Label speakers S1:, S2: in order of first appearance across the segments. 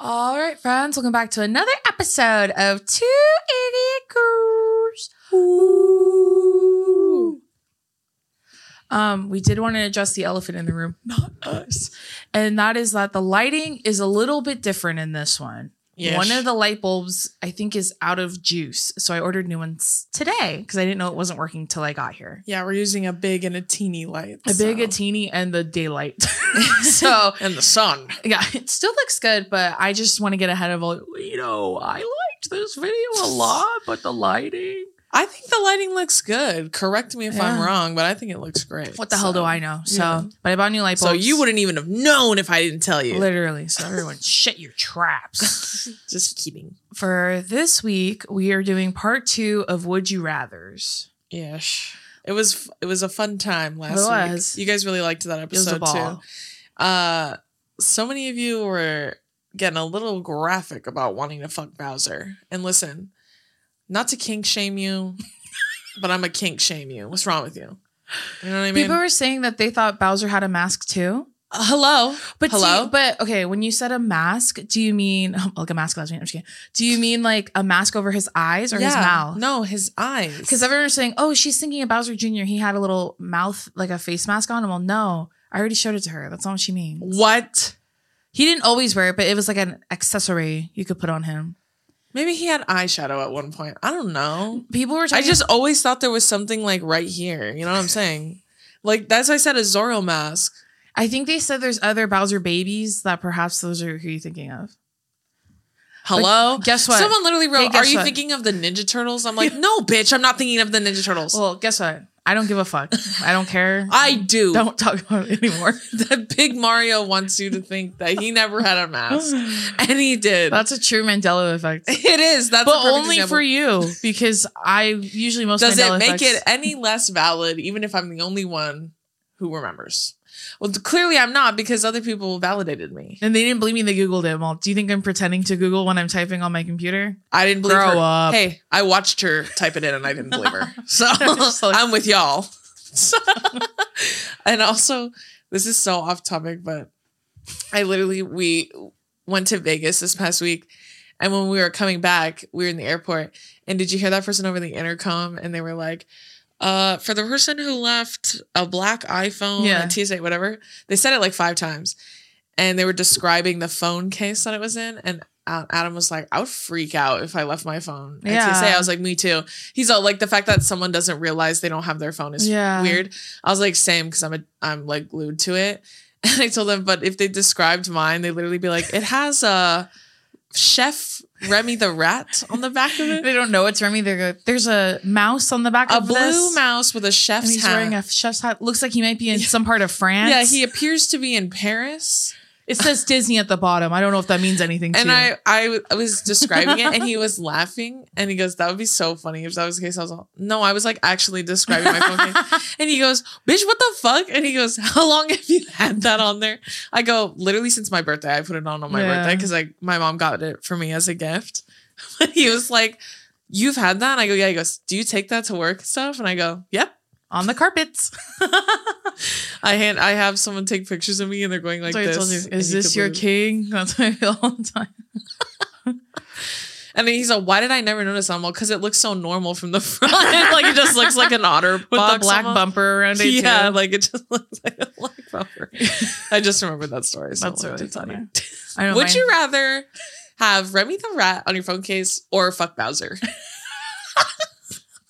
S1: All right, friends, welcome back to another episode of Two Idiot Girls. Ooh. Um, we did want to address the elephant in the room, not us, and that is that the lighting is a little bit different in this one. One of the light bulbs, I think, is out of juice, so I ordered new ones today because I didn't know it wasn't working till I got here.
S2: Yeah, we're using a big and a teeny light.
S1: A big, a
S2: so-
S1: teeny, and the daylight. so
S2: and the sun.
S1: yeah, it still looks good, but I just want to get ahead of all. You know, I liked this video a lot, but the lighting.
S2: I think the lighting looks good. Correct me if I'm
S1: Yeah.
S2: wrong, but I think it looks great.
S1: What the hell do
S2: So-
S1: I know? So,
S2: yeah.
S1: but I bought new light bulbs.
S2: So you wouldn't even have known if I didn't tell you.
S1: literally. So everyone, shut your traps.
S2: Just kidding.
S1: For this week, we are doing part two of Would You Rather's.
S2: Yes. It was it was a fun time last
S1: It
S2: week.
S1: was.
S2: You guys really liked that
S1: It was a
S2: episode
S1: ball.
S2: too. Uh so many of you were getting a little graphic about wanting to fuck Bowser. And listen, not to kink shame you, but I'm a kink shame you. What's wrong with you? You know what I mean?
S1: People were saying that they thought Bowser had a mask too.
S2: Uh, hello.
S1: But do you-
S2: Hello?
S1: but okay, when you said a mask, do you mean like a mask? last week, I'm just kidding. Do you mean like a mask over his eyes or his mouth?
S2: No, his eyes.
S1: Because everyone was saying, oh, she's thinking of Bowser Jr. He had a little mouth, like a face mask on. Well, no, I already showed it to her. That's not what she means.
S2: what?
S1: He didn't always wear it, but it was like an accessory you could put on him.
S2: Maybe he had eyeshadow at one point. I don't know.
S1: People were
S2: I
S1: talking.
S2: just always thought there was something like right here. You know what I'm saying? Like that's why I said a Zorro mask.
S1: I think they said there's other Bowser babies that perhaps those are who you're thinking of.
S2: Hello.
S1: guess what?
S2: Someone literally
S1: Hey,
S2: wrote,
S1: guess
S2: "Are you
S1: what?
S2: thinking of the Ninja Turtles?" I'm like, "No, bitch, I'm not thinking of the Ninja Turtles."
S1: Well, guess what? I don't give a fuck. I don't care.
S2: I do.
S1: don't talk about it anymore.
S2: That big Mario wants you to think that he never had a mask, and he did.
S1: That's a true Mandela effect.
S2: it is. That's a
S1: But
S2: perfect
S1: only
S2: example.
S1: for you, because I usually most
S2: Does
S1: Mandela
S2: it make
S1: effects-
S2: it any less valid, even if I'm the only one who remembers? Well, th- clearly I'm not because other people validated me.
S1: And they didn't believe me. They Googled it. Well, do you think I'm pretending to Google when I'm typing on my computer?
S2: I didn't believe
S1: Grow
S2: her.
S1: up.
S2: Hey, I watched her type it in and I didn't believe her. So
S1: Just like-
S2: I'm with y'all. and also, this is so off topic, but I literally we went to Vegas this past week. And when we were coming back, we were in the airport. And did you hear that person over the intercom? And they were like, uh, for the person who left a black iPhone,
S1: Yeah.
S2: a TSA, whatever, they said it like five times. And they were describing the phone case that it was in. And uh, Adam was like, I would freak out if I left my phone at
S1: Yeah.
S2: TSA. I was like, me too. He's all like, the fact that someone doesn't realize they don't have their phone is
S1: Yeah.
S2: weird. I was like, same, because I'm a, I'm like glued to it. And I told them, but if they described mine, they'd literally be like, it has a chef Remy the rat on the back of it.
S1: They don't know it's Remy. They go, there's a mouse on the back
S2: a
S1: of
S2: blue
S1: this,
S2: mouse with a
S1: And
S2: chef's
S1: he's
S2: hat.
S1: wearing a chef's hat. Looks like he might be in some part of France.
S2: yeah, he appears to be in Paris.
S1: It says Disney at the bottom. I don't know if that means anything.
S2: And
S1: to you.
S2: I, I was describing it, and he was laughing, and he goes, "That would be so funny if that was the case." I was like, "No, I was like actually describing my phone case." And he goes, "Bitch, what the fuck?" And he goes, "How long have you had that on there?" I go, "Literally since my birthday. I put it on on my
S1: Yeah.
S2: birthday because like my mom got it for me as a gift." But he was like, "You've had that?" And I go, "Yeah." He goes, "Do you take that to work and stuff?" And I go, "Yep."
S1: on the carpets.
S2: I hand, I have someone take pictures of me, and they're going like
S1: That's what I told
S2: this.
S1: you.
S2: and
S1: Is
S2: you
S1: this
S2: could
S1: your
S2: believe it.
S1: king? That's what I feel all the time.
S2: And then he's like, "Why did I never notice?" I'm because it looks so normal from the front. like it just looks like an otter
S1: with the black
S2: almost.
S1: bumper around it.
S2: Yeah,
S1: Yeah,
S2: like it just looks like a black bumper. I just remembered that story. So
S1: That's
S2: I wanted
S1: really
S2: to tell you.
S1: funny. I don't
S2: Would
S1: mind.
S2: you rather have Remy the Rat on your phone case or fuck Bowser?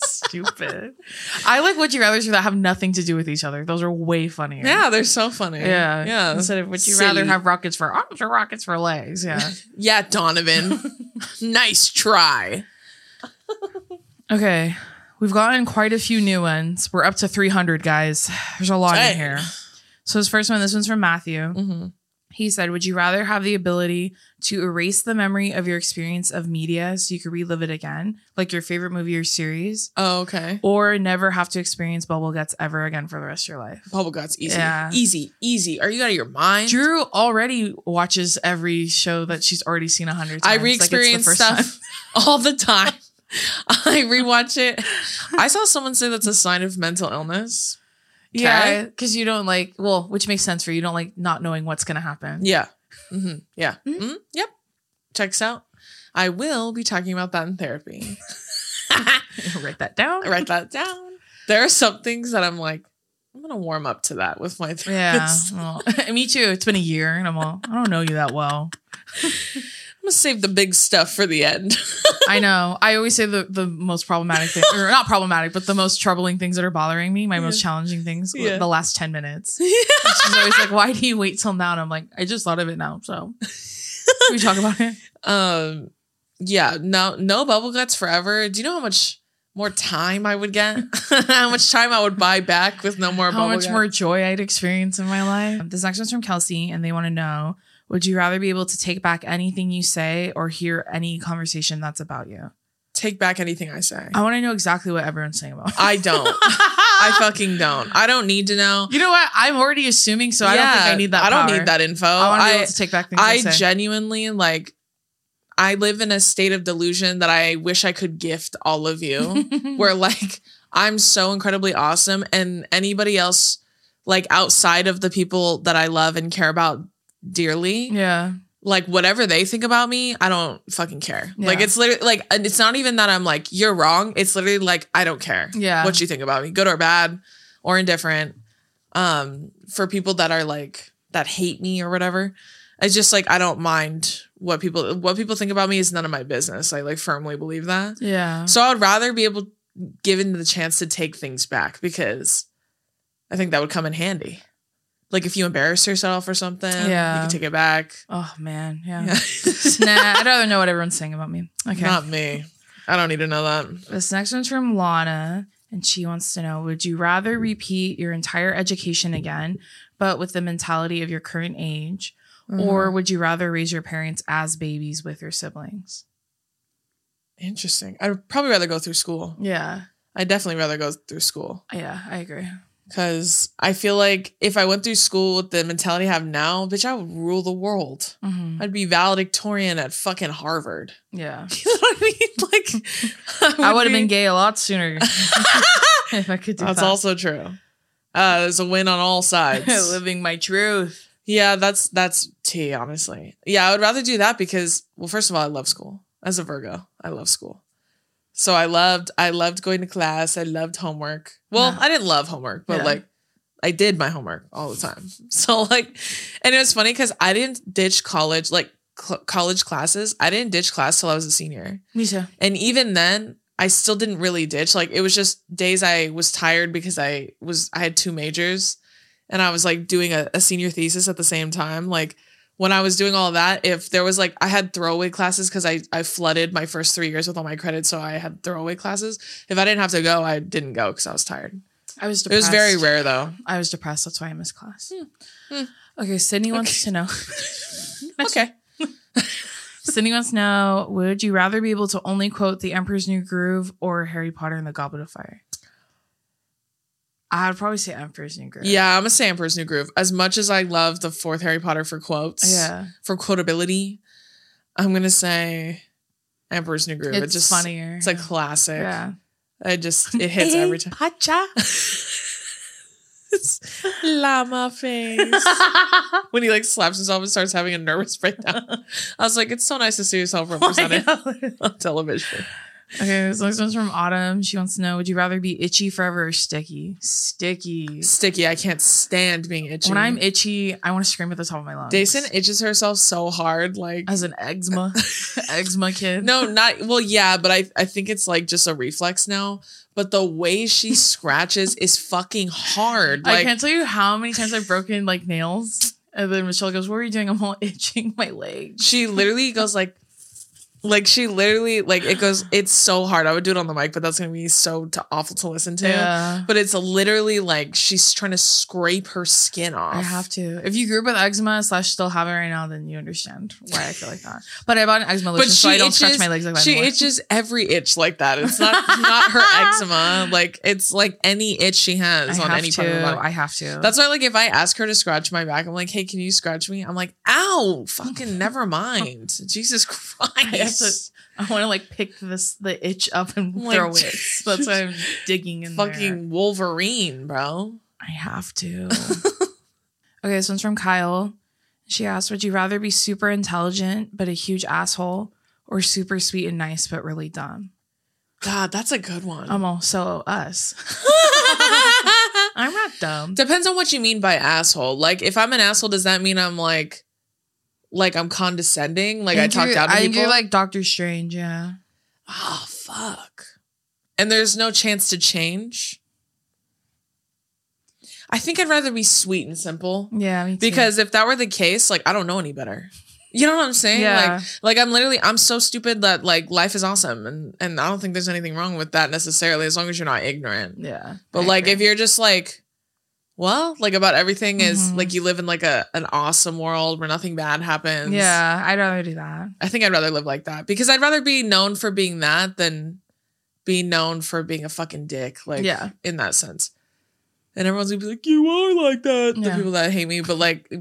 S1: stupid. I like would you rather that have nothing to do with each other. Those are way funnier.
S2: Yeah, they're so funny.
S1: Yeah.
S2: yeah,
S1: Instead of would you rather
S2: Silly.
S1: have rockets for arms or rockets for legs? Yeah.
S2: yeah. Donovan, nice try.
S1: okay. We've gotten quite a few new ones. We're up to 300, guys. There's a lot
S2: Dang.
S1: in here. So, this first one, this one's from Matthew. He said, Would you rather have the ability to erase the memory of your experience of media so you could relive it again, like your favorite movie or series,
S2: Oh, okay.
S1: or never have to experience bubble guts ever again for the rest of your life?
S2: Bubble guts, easy,
S1: Yeah.
S2: easy, easy. Are you out of your mind?
S1: Drew already watches every show that she's already seen a hundred
S2: I
S1: times. Like, it's the
S2: re-experience
S1: first
S2: stuff
S1: time.
S2: all the time. I rewatch it. I saw someone say that's a sign of mental illness.
S1: Yeah,
S2: Okay.
S1: because you don't like well, which makes sense for you. You don't like not knowing what's gonna happen.
S2: Yeah. hmm Yeah. Mhm. Yep. Checks out. I will be talking about that in therapy.
S1: Write that down.
S2: I write that down. There are some things that I'm like, I'm gonna warm up to that with my
S1: Yeah.
S2: therapist.
S1: Well, me too. It's been a year, and I'm all I don't know you that well.
S2: I'm gonna save the big stuff for the end.
S1: I know. I always say the the most problematic thing, or not problematic, but the most troubling things that are bothering me, my most
S2: Yeah.
S1: challenging things,
S2: Yeah.
S1: the last ten minutes. She's always like, "Why do you wait till now?" And I'm like, "I just thought of it now." So Can we talk about it.
S2: um, yeah, no, no bubble guts forever. Do you know how much more time I would get? how much time I would buy back with no more
S1: how
S2: bubble
S1: much
S2: guts?
S1: more joy I'd experience in my life. This next one's from Kelsey, and they want to know Would you rather be able to take back anything you say or hear any conversation that's about you?
S2: Take back anything I say.
S1: I want to know exactly what everyone's saying about
S2: I don't. I fucking don't. I don't need to know.
S1: You know what? I'm already assuming, so I don't think I
S2: Yeah,
S1: need that.
S2: I don't
S1: power.
S2: need that info.
S1: I want to be
S2: I,
S1: able to take back things I,
S2: I
S1: say.
S2: genuinely like. I live in a state of delusion that I wish I could gift all of you. where like I'm so incredibly awesome and anybody else like outside of the people that I love and care about dearly,
S1: yeah.
S2: like whatever they think about me, I don't fucking care. Like
S1: Yeah.
S2: it's literally like and it's not even that I'm like you're wrong. It's literally like I don't care
S1: Yeah.
S2: what you think about me, good or bad or indifferent. Um for people that are like that hate me or whatever, it's just like I don't mind what people what people think about me is none of my business. I like firmly believe that.
S1: yeah.
S2: So I would rather be able given the chance to take things back because I think that would come in handy. Like if you embarrass yourself or something, you
S1: Yeah.
S2: can take it back.
S1: Oh, man. Yeah.
S2: Yeah.
S1: nah, I'd rather know what everyone's saying about me. Okay.
S2: Not me. I don't need to know that.
S1: This next one's from Lana, and she wants to know Would you rather repeat your entire education again, but with the mentality of your current age?
S2: Mm-hmm.
S1: Or would you rather raise your parents as babies with your siblings?
S2: interesting. I'd probably rather go through school.
S1: Yeah.
S2: I'd definitely rather go through school
S1: Yeah, I agree.
S2: because I feel like if I went through school with the mentality I have now, bitch, I would rule the world.
S1: Mhm.
S2: I'd be valedictorian at fucking Harvard.
S1: Yeah.
S2: You know what I mean? Like,
S1: I would have
S2: be-
S1: been gay a lot sooner if I could do
S2: That's
S1: that.
S2: also true. Uh, there's a win on all sides.
S1: Living my truth.
S2: yeah, that's that's tea, honestly. Yeah, I would rather do that because, well, first of all, I love school. As a Virgo, I love school. So I loved I loved going to class. I loved homework. Well,
S1: Yeah.
S2: I didn't love homework, but
S1: Yeah.
S2: like I did my homework all the time. So like, and it was funny because I didn't ditch college like cl- college classes. I didn't ditch class till I was a senior.
S1: Me too.
S2: And even then, I still didn't really ditch. Like it was just days I was tired because I was I had two majors and I was like doing a, a senior thesis at the same time. Like when I was doing all that, if there was like I had throwaway classes because I, I flooded my first three years with all my credits, so I had throwaway classes. If I didn't have to go, I didn't go because I was tired.
S1: I was
S2: It was
S1: depressed.
S2: very rare though.
S1: I was depressed. That's why I missed class.
S2: Hmm.
S1: Okay, Sydney wants to know.
S2: Okay.
S1: Sydney wants to know Would you rather be able to only quote The Emperor's New Groove or Harry Potter and the Goblet of Fire? I'd probably say Emperor's New Groove.
S2: Yeah, I'm a say Emperor's New Groove. As much as I love the fourth Harry Potter for quotes,
S1: Yeah.
S2: for quotability, I'm gonna say Emperor's New Groove.
S1: It's,
S2: it just
S1: funnier.
S2: It's a classic.
S1: Yeah.
S2: It just it hits every time.
S1: Pacha.
S2: llama face. when he like slaps himself and starts having a nervous breakdown. I was like, it's so nice to see yourself represented on television.
S1: Okay, this next one's from Autumn. She wants to know: Would you rather be itchy forever or sticky? Sticky.
S2: Sticky, I can't stand being itchy.
S1: When I'm itchy, I want to scream at the top of my lungs.
S2: Jason itches herself so hard, like
S1: as an eczema, eczema kid.
S2: no, not well, yeah, but I I think it's like just a reflex now. But the way she scratches is fucking hard.
S1: I
S2: Like
S1: can't tell you how many times I've broken like nails, and then Michelle goes, "What are you doing? I'm all itching my leg."
S2: she literally goes like like she literally like it goes it's so hard i would do it on the mic but that's gonna be so t- awful to listen to
S1: Yeah.
S2: but it's literally like she's trying to scrape her skin off
S1: I have to. If you grew up with eczema slash still have it right now, then you understand why I feel like that. But I bought an eczema lotion, so I don't scratch my legs like that
S2: she
S1: anymore.
S2: itches every itch like that it's not not her eczema like it's like any itch she
S1: I
S2: has on
S1: have
S2: any part of her
S1: to.
S2: body
S1: I have to.
S2: that's why like if i ask her to scratch my back i'm like hey can you scratch me i'm like ow fucking never mind jesus christ
S1: I want to like pick this the itch up and
S2: Like,
S1: throw it. That's why I'm digging in
S2: fucking
S1: there.
S2: wolverine bro
S1: I have to. okay, this one's from Kyle. She asked, "Would you rather be super intelligent but a huge asshole, or super sweet and nice but really dumb?"
S2: God, that's a good one.
S1: I'm also us. I'm not dumb.
S2: Depends on what you mean by asshole. Like, if I'm an asshole, does that mean I'm like, like I'm condescending? Like I,
S1: think
S2: talk
S1: you're-
S2: down to
S1: I think
S2: people?
S1: you're like Doctor Strange. Yeah,
S2: oh fuck. And there's no chance to change. I think I'd rather be sweet and simple
S1: yeah, me too.
S2: because if that were the case, like I don't know any better. You know what I'm saying?
S1: Yeah.
S2: Like, like I'm literally I'm so stupid that like life is awesome, and and I don't think there's anything wrong with that necessarily as long as you're not ignorant.
S1: yeah,
S2: But
S1: I
S2: like
S1: agree.
S2: if you're just like, well, like about everything is
S1: Mhm.
S2: like you live in like a an awesome world where nothing bad happens.
S1: yeah, I'd rather do that.
S2: I think I'd rather live like that because I'd rather be known for being that than be known for being a fucking dick. Like
S1: Yeah.
S2: in that sense. And everyone's gonna be like, You are like that. The
S1: Yeah.
S2: people that hate me, but like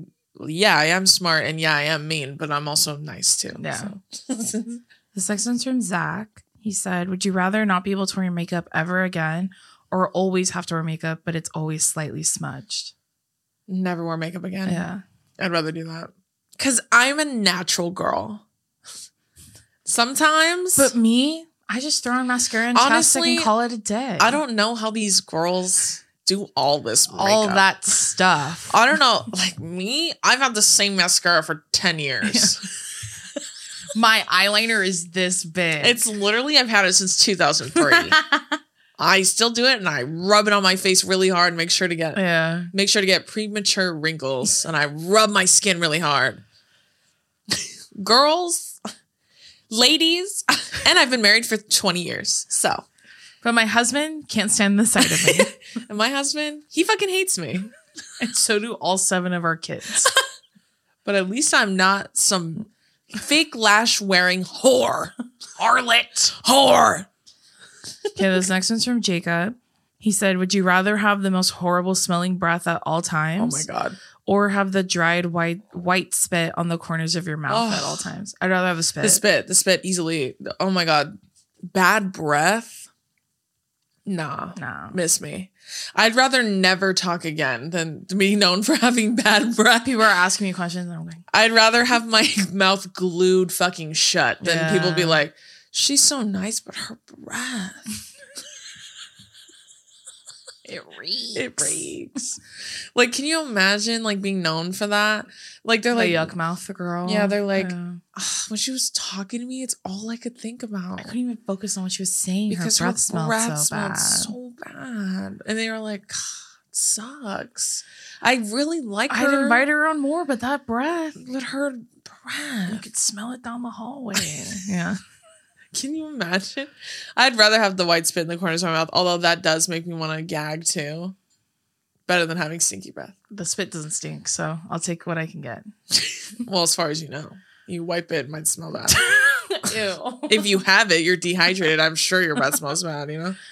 S2: yeah, I am smart and yeah, I am mean, but I'm also nice too.
S1: Yeah.
S2: so.
S1: This next one's from Zach. He said, Would you rather not be able to wear makeup ever again or always have to wear makeup, but it's always slightly smudged?
S2: Never wear makeup again.
S1: Yeah.
S2: I'd rather do that. Cause I'm a natural girl. Sometimes
S1: But me, I just throw on mascara and chapstick
S2: Honestly,
S1: and call it a day.
S2: I don't know how these girls do all this makeup.
S1: all that stuff.
S2: I don't know. Like me, I've had the same mascara for 10 years.
S1: My eyeliner is this big.
S2: It's literally I've had it since 2003. I still do it and I rub it on my face really hard and make sure to get
S1: yeah.
S2: make sure to get premature wrinkles and I rub my skin really hard. Girls, ladies, and I've been married for 20 years. So,
S1: But my husband can't stand the sight of me.
S2: and my husband, he fucking hates me.
S1: and so do all seven of our kids.
S2: but at least I'm not some fake lash wearing whore, harlot, whore.
S1: Okay, this next one's from Jacob. He said, Would you rather have the most horrible smelling breath at all times?
S2: god,
S1: or have the dried white white spit on the corners of your mouth
S2: Oh.
S1: at all times. I'd rather have the spit.
S2: the spit, the spit easily. Oh my god, bad breath. Nah,
S1: No.
S2: miss me. I'd rather never talk again than to be known for having bad breath.
S1: People are asking me questions and I'm like,
S2: I'd rather have my mouth glued fucking shut than
S1: Yeah.
S2: people be like, "She's so nice, but her breath."
S1: it reeks.
S2: It reeks. like, can you imagine like being known for that? Like they're
S1: The
S2: like,
S1: yuck mouth girl.
S2: Yeah, they're like-
S1: Yeah.
S2: "Ah, when she was talking to me, it's all I could think about
S1: I couldn't even focus on what she was saying.
S2: because
S1: her breath smelled so
S2: smelled
S1: bad.
S2: so bad. And they were like, "God, it sucks. I really like her.
S1: I'd invite her on more, but that breath,
S2: Let her
S1: you
S2: breath.
S1: could smell it down the hallway. yeah.
S2: Can you imagine? I'd rather have the white spit in the corners of my mouth, although that does make me want to gag too. Better than having stinky breath.
S1: The spit doesn't stink, so I'll take what I can get.
S2: Well, as far as you know, you wipe it, it might smell bad.
S1: Ew.
S2: if you have it, you're dehydrated. I'm sure your breath smells bad, you know?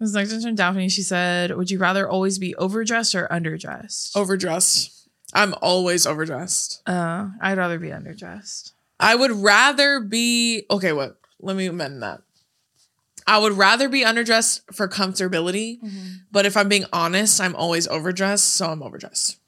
S1: This next one's from Daphne. She said, Would you rather always be overdressed or underdressed?
S2: Overdressed. I'm always overdressed.
S1: Uh, I'd rather be underdressed.
S2: I would rather be okay. What? Let me amend that. I would rather be underdressed for comfortability, but if I'm being honest, I'm always overdressed, so I'm overdressed.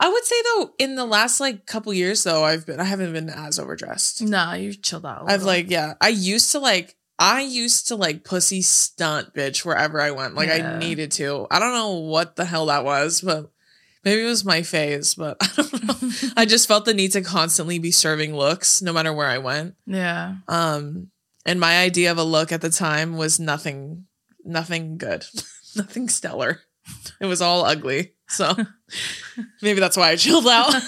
S2: I would say though, in the last like couple years though, I've been I haven't been as overdressed.
S1: No, you chilled out. a
S2: I've
S1: little.
S2: like yeah, I used to like I used to like pussy stunt bitch wherever I went. Like
S1: Yeah.
S2: I needed to. I don't know what the hell that was, but maybe it was my phase, but I don't know. I just felt the need to constantly be serving looks no matter where I went.
S1: yeah.
S2: Um and my idea of a look at the time was nothing nothing good. nothing stellar. It was all ugly. So maybe that's why I chilled out.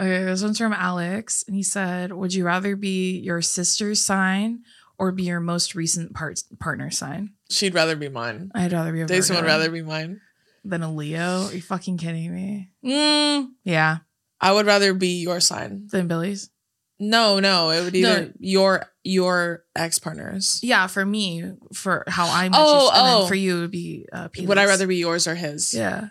S1: Okay, this one's from Alex, and he said, "Would you rather be your sister's sign or be your most recent part- partner sign?"
S2: She'd rather be mine.
S1: I'd rather be a
S2: Days would
S1: Virgo
S2: rather be mine.
S1: than a Leo. Are you fucking kidding me? Yeah,
S2: I would rather be your sign.
S1: than Billy's.
S2: No, no, it would
S1: No.
S2: either your your ex partners.
S1: Yeah, for me, for how I met
S2: Oh,
S1: you, and then
S2: oh.
S1: for you it would be uh, Peter's.
S2: Would I rather be yours or his?
S1: Yeah,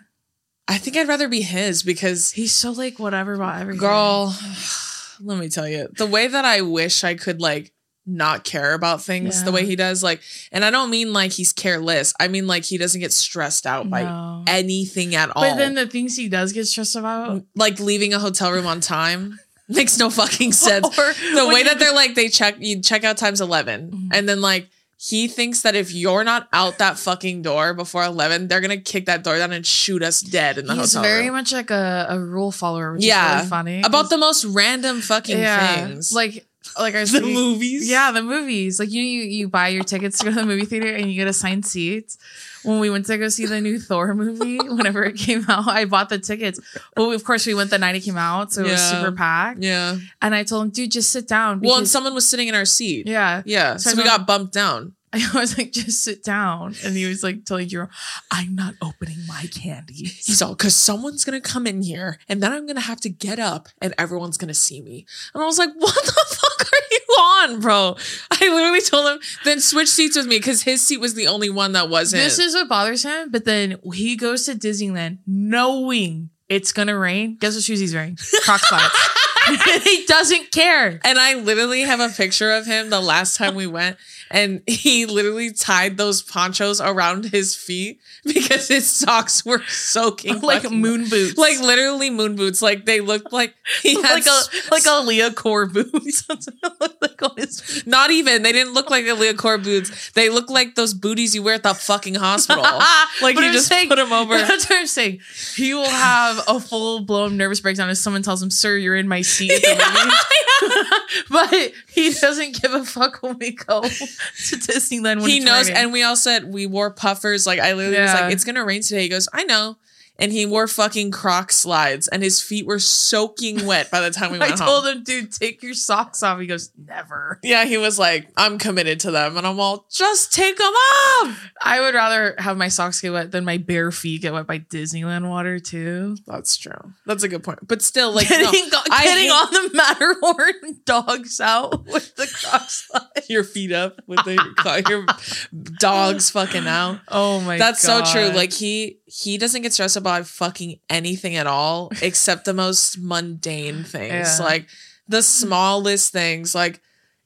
S2: I think I'd rather be his because
S1: he's so like whatever about everything.
S2: girl, let me tell you, the way that I wish I could like not care about things the
S1: Yeah.
S2: way he does, like, and I don't mean like he's careless. I mean like he doesn't get stressed out by
S1: no.
S2: anything at all.
S1: But then the things he does get stressed about.
S2: Oh. like leaving a hotel room on time makes no fucking sense.
S1: Or
S2: the
S1: when
S2: way
S1: you
S2: that they're like they check you check out times 11
S1: Mhm.
S2: and then like he thinks that if you're not out that fucking door before 11 they're gonna kick that door down and shoot us dead in the
S1: He's
S2: hotel
S1: very
S2: room.
S1: much like a, a rule follower, which
S2: Yeah.
S1: is really funny.
S2: about the most random fucking things
S1: Like like I was
S2: the
S1: thinking-
S2: movies
S1: Yeah, the movies. Like you, you you buy your tickets to go to the movie theater and you get assigned seats. When we went to go see the new Thor movie, whenever it came out, I bought the tickets. But of course, we went the night it came out, so it was
S2: Yeah.
S1: super packed.
S2: yeah
S1: And I told him, dude, just sit down.
S2: well and
S1: because-
S2: someone was sitting in our seat yeah,
S1: yeah. So
S2: so,
S1: I
S2: we
S1: don't-
S2: got bumped down
S1: I was like, just sit down. And he was like telling you, I'm not opening my candy.
S2: he's all because someone's gonna come in here and then i'm gonna have to get up and everyone's gonna see me and i was like what the fuck are you on bro i literally told him then switch seats with me because his seat was the only one that wasn't
S1: This is what bothers him. But then he goes to Disneyland knowing it's gonna rain. Guess what shoes he's wearing? Crocs flats. he doesn't care.
S2: And I literally have a picture of him the last time we went, and he literally tied those ponchos around his feet because his socks were soaking
S1: Like
S2: fucking-
S1: moon boots.
S2: like literally moon boots. Like they looked like he had
S1: like a like a Leah Core boots. like on his feet.
S2: not even they didn't look like the Leocore boots. They looked like those booties you wear at the fucking hospital. like
S1: But
S2: you
S1: I'm
S2: just
S1: saying-
S2: put them over.
S1: That's what I'm saying. He will have a full blown nervous breakdown if someone tells him, "Sir, you're in my seat." At the movie. but he doesn't give a fuck when we go to Disneyland. When
S2: he
S1: it's
S2: knows.
S1: raining.
S2: And we all said we wore puffers. Like I literally was
S1: Yeah.
S2: like, it's gonna rain today. He goes, I know. And he wore fucking croc slides and his feet were soaking wet by the time we
S1: I
S2: went home.
S1: told him, "Dude, take your socks off." He goes, "Never."
S2: Yeah, he was like, I'm committed to them. And I'm all, just take them off.
S1: I would rather have my socks get wet than my bare feet get wet by Disneyland water too.
S2: That's true. That's a good point. But still, like, no,
S1: getting go-
S2: I
S1: getting
S2: hate-
S1: on the Matterhorn dogs out with the cross line.
S2: your feet up with the, your dog's fucking out.
S1: Oh my
S2: That's
S1: god.
S2: so true. Like he he doesn't get stressed about fucking anything at all except the most mundane
S1: Yeah.
S2: things. Like the smallest things. Like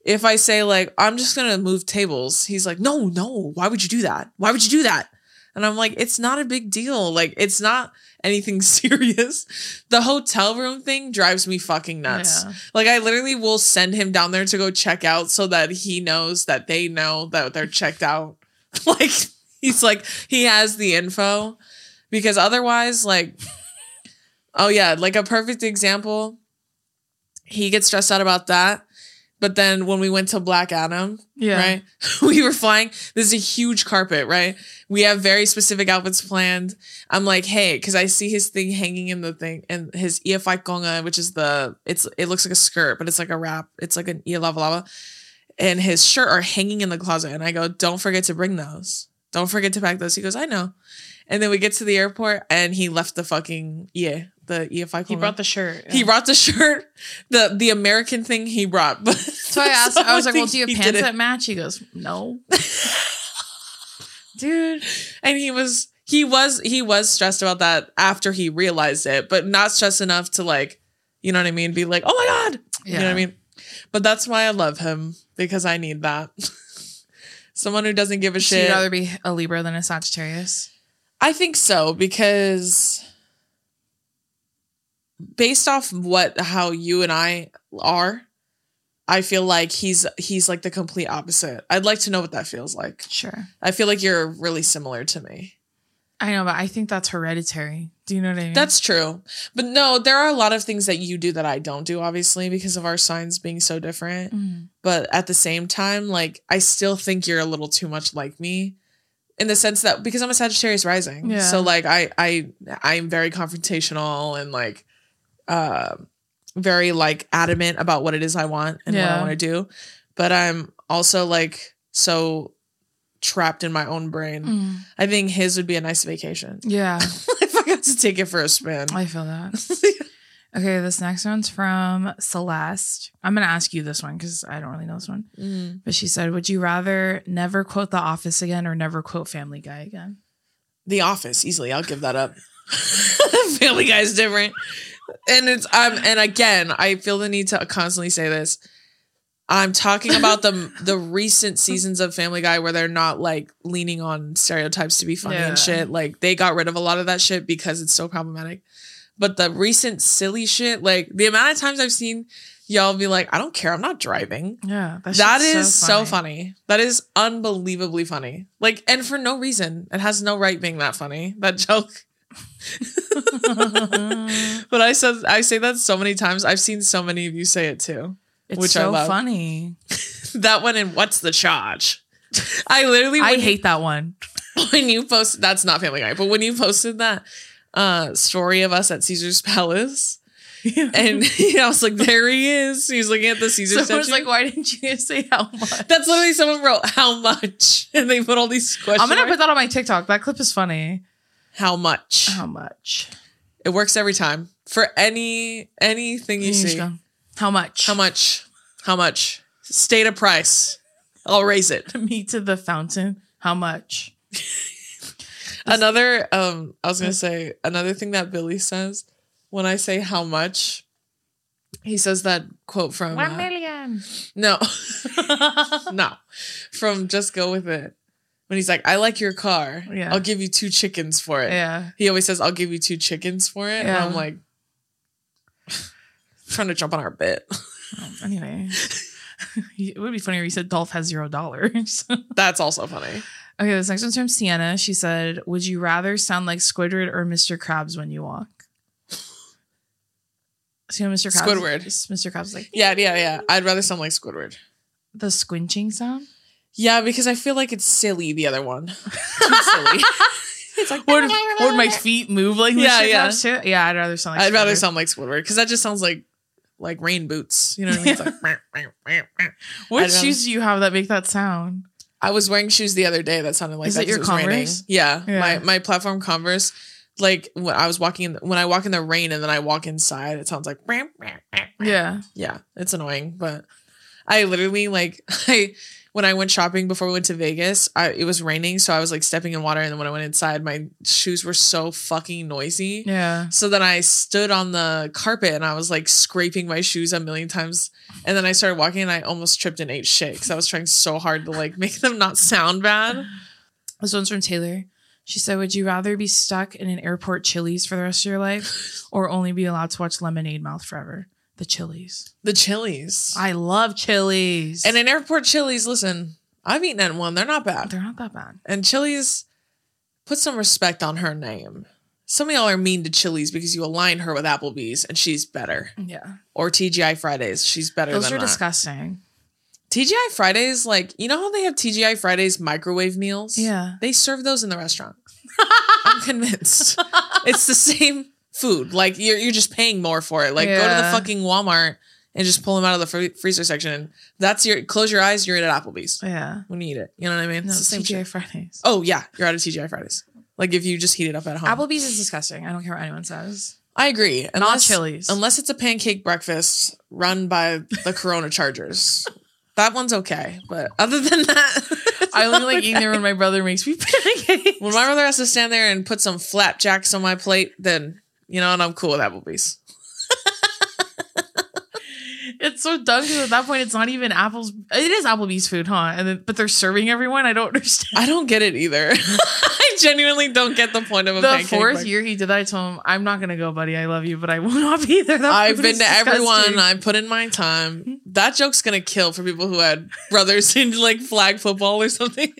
S2: if I say like I'm just going to move tables, he's like, "No, no. Why would you do that? Why would you do that?" And I'm like, "It's not a big deal. Like it's not anything serious." The hotel room thing drives me fucking nuts.
S1: Yeah.
S2: Like I literally will send him down there to go check out so that he knows that they know that they're checked out. like he's like he has the info because otherwise like oh yeah, like a perfect example he gets stressed out about that. But then when we went to Black Adam,
S1: Yeah.
S2: right? We were flying. This is a huge carpet, right? We have very specific outfits planned. I'm like, hey, because I see his thing hanging in the thing and his EFI conga, which is the it's it looks like a skirt, but it's like a wrap. It's like an E Ia lava lava. And his shirt are hanging in the closet. And I go, don't forget to bring those. Don't forget to pack those. He goes, I know. And then we get to the airport and he left the fucking yeah, the EFI conga.
S1: He brought the shirt.
S2: He brought the shirt, the the American thing he brought. But
S1: So I asked, I was like, well,
S2: think
S1: do you
S2: he
S1: have
S2: did
S1: pants
S2: it."
S1: that match? He goes, no. Dude.
S2: And he was he was he was stressed about that after he realized it, but not stressed enough to like, you know what I mean, be like, oh my god, you know what I mean. But that's why I love him. because I need that. Someone who doesn't give a
S1: So you'd
S2: shit.
S1: rather be a Libra than a Sagittarius.
S2: I think so because based off what how you and I are, I feel like he's he's like the complete opposite. I'd like to know what that feels like.
S1: Sure.
S2: I feel like you're really similar to me.
S1: I know, but I think that's hereditary. Do you know what I mean?
S2: That's true. But no, there are a lot of things that you do that I don't do obviously because of our signs being so different.
S1: Mhm.
S2: but at the same time, like I still think you're a little too much like me in the sense that because I'm a Sagittarius rising.
S1: Yeah.
S2: So like I I I'm very confrontational and like uh very like adamant about what it is I want and what
S1: Yeah.
S2: I want to do. But I'm also like so trapped in my own brain.
S1: Mm.
S2: I think his would be a nice vacation.
S1: Yeah,
S2: if I got to take it for a spin.
S1: I feel that. Okay, this next one's from Celeste. I'm going to ask you this one because I don't really know this one.
S2: Mm.
S1: But she said, Would you rather never quote The Office again or never quote Family Guy again?
S2: The Office, easily. I'll give that up. Family Guy is different, and it's um and again, I feel the need to constantly say this. I'm talking about the the recent seasons of Family Guy where they're not like leaning on stereotypes to be funny
S1: Yeah.
S2: and shit. Like they got rid of a lot of that shit because it's so problematic. But the recent silly shit, like the amount of times I've seen y'all be like, "I don't care, I'm not driving."
S1: Yeah, that's
S2: That is so funny. That is unbelievably funny. Like, and for no reason. It has no right being that funny. That joke. But I said I say that so many times. I've seen so many of you say it too.
S1: it's
S2: Which I
S1: so
S2: love.
S1: funny.
S2: That one and what's the charge? I literally
S1: I
S2: when,
S1: hate that one.
S2: when you posted that's not Family Guy, but when you posted that uh story of us at Caesar's Palace, and I was like, there he is. He's looking at the Caesar
S1: Someone's
S2: statue.
S1: like, Why didn't you say how much?
S2: that's literally someone wrote how much, and they put all these questions.
S1: I'm going to put that on my TikTok. That clip is funny.
S2: how much.
S1: How much?
S2: It works every time for any anything you
S1: You just
S2: see.
S1: go, How much?
S2: How much? How much? State a price. I'll raise it.
S1: Me to the fountain. How much?
S2: Another um I was going to say another thing that Billy says when I say how much he says that quote from uh,
S1: million.
S2: No. no. From just go with it. When he's like, "I like your car.
S1: Yeah.
S2: I'll give you two chickens for it."
S1: Yeah.
S2: He always says, "I'll give you two chickens for it." And
S1: Yeah.
S2: I'm like trying to jump on our bit.
S1: Um, anyway, it would be funny if you said Dolph has zero dollars. okay,
S2: That's also funny.
S1: this next one's from Sienna. She said, "Would you rather sound like Squidward or Mr. Krabs when you walk?" See how Mr. Krabs?
S2: Squidward.
S1: Mr. Krabs is like
S2: Yeah, yeah, yeah. I'd rather sound like Squidward.
S1: the squinching sound.
S2: Yeah, because I feel like it's silly, the other one. Too silly. it's like,
S1: Or would my feet move like
S2: Yeah,
S1: Mr.
S2: yeah.
S1: Krabs too? Yeah, I'd rather sound like.
S2: I'd rather
S1: Squidward.
S2: sound like Squidward because that just sounds like like rain boots. You know what I mean? It's like, meow, meow, meow, meow.
S1: What
S2: I'd rather-
S1: shoes do you have that make that sound?
S2: I was wearing shoes the other day that sounded like
S1: Is
S2: that
S1: it your
S2: 'cause was raining.
S1: Converse?
S2: Yeah,
S1: Yeah.
S2: my my platform Converse. Like when I was walking, in the, when I walk in the rain and then I walk inside, it sounds like meow, meow, meow, meow.
S1: Yeah.
S2: yeah, it's annoying, but I literally like I when I went shopping before we went to Vegas, I, it was raining, so I was like stepping in water, and then when I went inside, my shoes were so fucking noisy.
S1: Yeah.
S2: So then I stood on the carpet and I was like scraping my shoes a million times, and then I started walking and I almost tripped and ate shit because I was trying so hard to like make them not sound bad.
S1: This one's from Taylor. She said, Would you rather be stuck in an airport Chili's for the rest of your life or only be allowed to watch Lemonade Mouth forever? The Chili's.
S2: The Chili's
S1: I love Chili's.
S2: and an airport Chili's. Listen, I've eaten at one; they're not bad.
S1: they're not that bad.
S2: And Chili's, put some respect on her name. Some of y'all are mean to Chili's because you align her with Applebee's and she's better.
S1: Yeah.
S2: Or TGI Fridays, she's better
S1: Those
S2: than
S1: are
S2: that.
S1: disgusting.
S2: TGI Fridays, like, you know how they have TGI Fridays microwave meals?
S1: Yeah.
S2: They serve those in the restaurant. I'm convinced. It's the same food. Like, you're, you're just paying more for it. Like, go to
S1: Yeah.
S2: the fucking Walmart and just pull them out of the free- freezer section. That's your, close your eyes, you're at Applebee's
S1: Yeah.
S2: when you eat it. You know what I mean?
S1: No,
S2: it's the same
S1: TGI
S2: shit.
S1: Fridays.
S2: Oh yeah, you're out of TGI Fridays. Like if you just heat it up at home.
S1: Oh. Applebee's is disgusting. I don't care what anyone says.
S2: I agree.
S1: not Chili's.
S2: Unless it's a pancake breakfast run by the Corona Chargers. That one's okay. But other than that,
S1: I only like eating there when my brother makes me pancakes.
S2: when my brother has to stand there and put some flapjacks on my plate, then you know, and I'm cool with Applebee's.
S1: It's so dumb because at that point it's not even Apple's. It is Applebee's food, huh? And then, but they're serving everyone. I don't understand.
S2: I don't get it either. I genuinely don't get the point of a
S1: The
S2: pancake
S1: fourth
S2: break-
S1: year he did that, I told him, "I'm not gonna go, buddy. I love you, but I will not be there." That
S2: I've
S1: food
S2: been
S1: is
S2: to everyone.
S1: disgusting.
S2: I put in my time. That joke's gonna kill for people who had brothers in like flag football or something.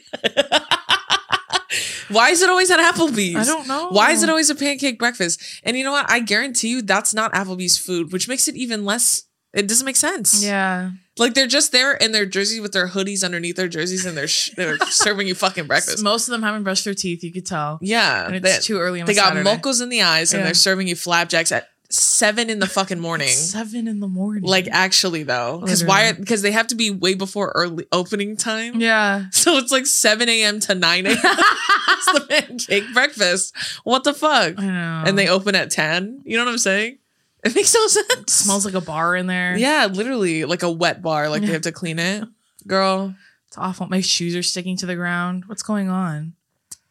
S2: Why is it always at Applebee's?
S1: I don't know.
S2: Why is it always a pancake breakfast? And you know what? I guarantee you that's not Applebee's food, which makes it even less. It doesn't make sense.
S1: Yeah,
S2: Like they're just there in their jerseys with their hoodies underneath their jerseys, and they're sh- they're serving you fucking breakfast.
S1: most of them haven't brushed their teeth. You could tell,
S2: yeah,
S1: and it's
S2: they,
S1: too early. On
S2: they
S1: a
S2: got
S1: Saturday.
S2: mocos in the eyes, and
S1: Yeah.
S2: they're serving you flapjacks at seven in the fucking morning.
S1: seven in the morning.
S2: Like actually though, because why?
S1: Literally.
S2: Because they have to be way before early opening time.
S1: yeah,
S2: So it's like seven a.m. to nine a.m. it's the pancake breakfast. What the fuck?
S1: I know.
S2: And they open at ten. You know what I'm saying? It makes no sense.
S1: smells like a bar in there.
S2: Yeah, literally like a wet bar. Like they have to clean it. Girl,
S1: it's awful. My shoes are sticking to the ground. What's going on?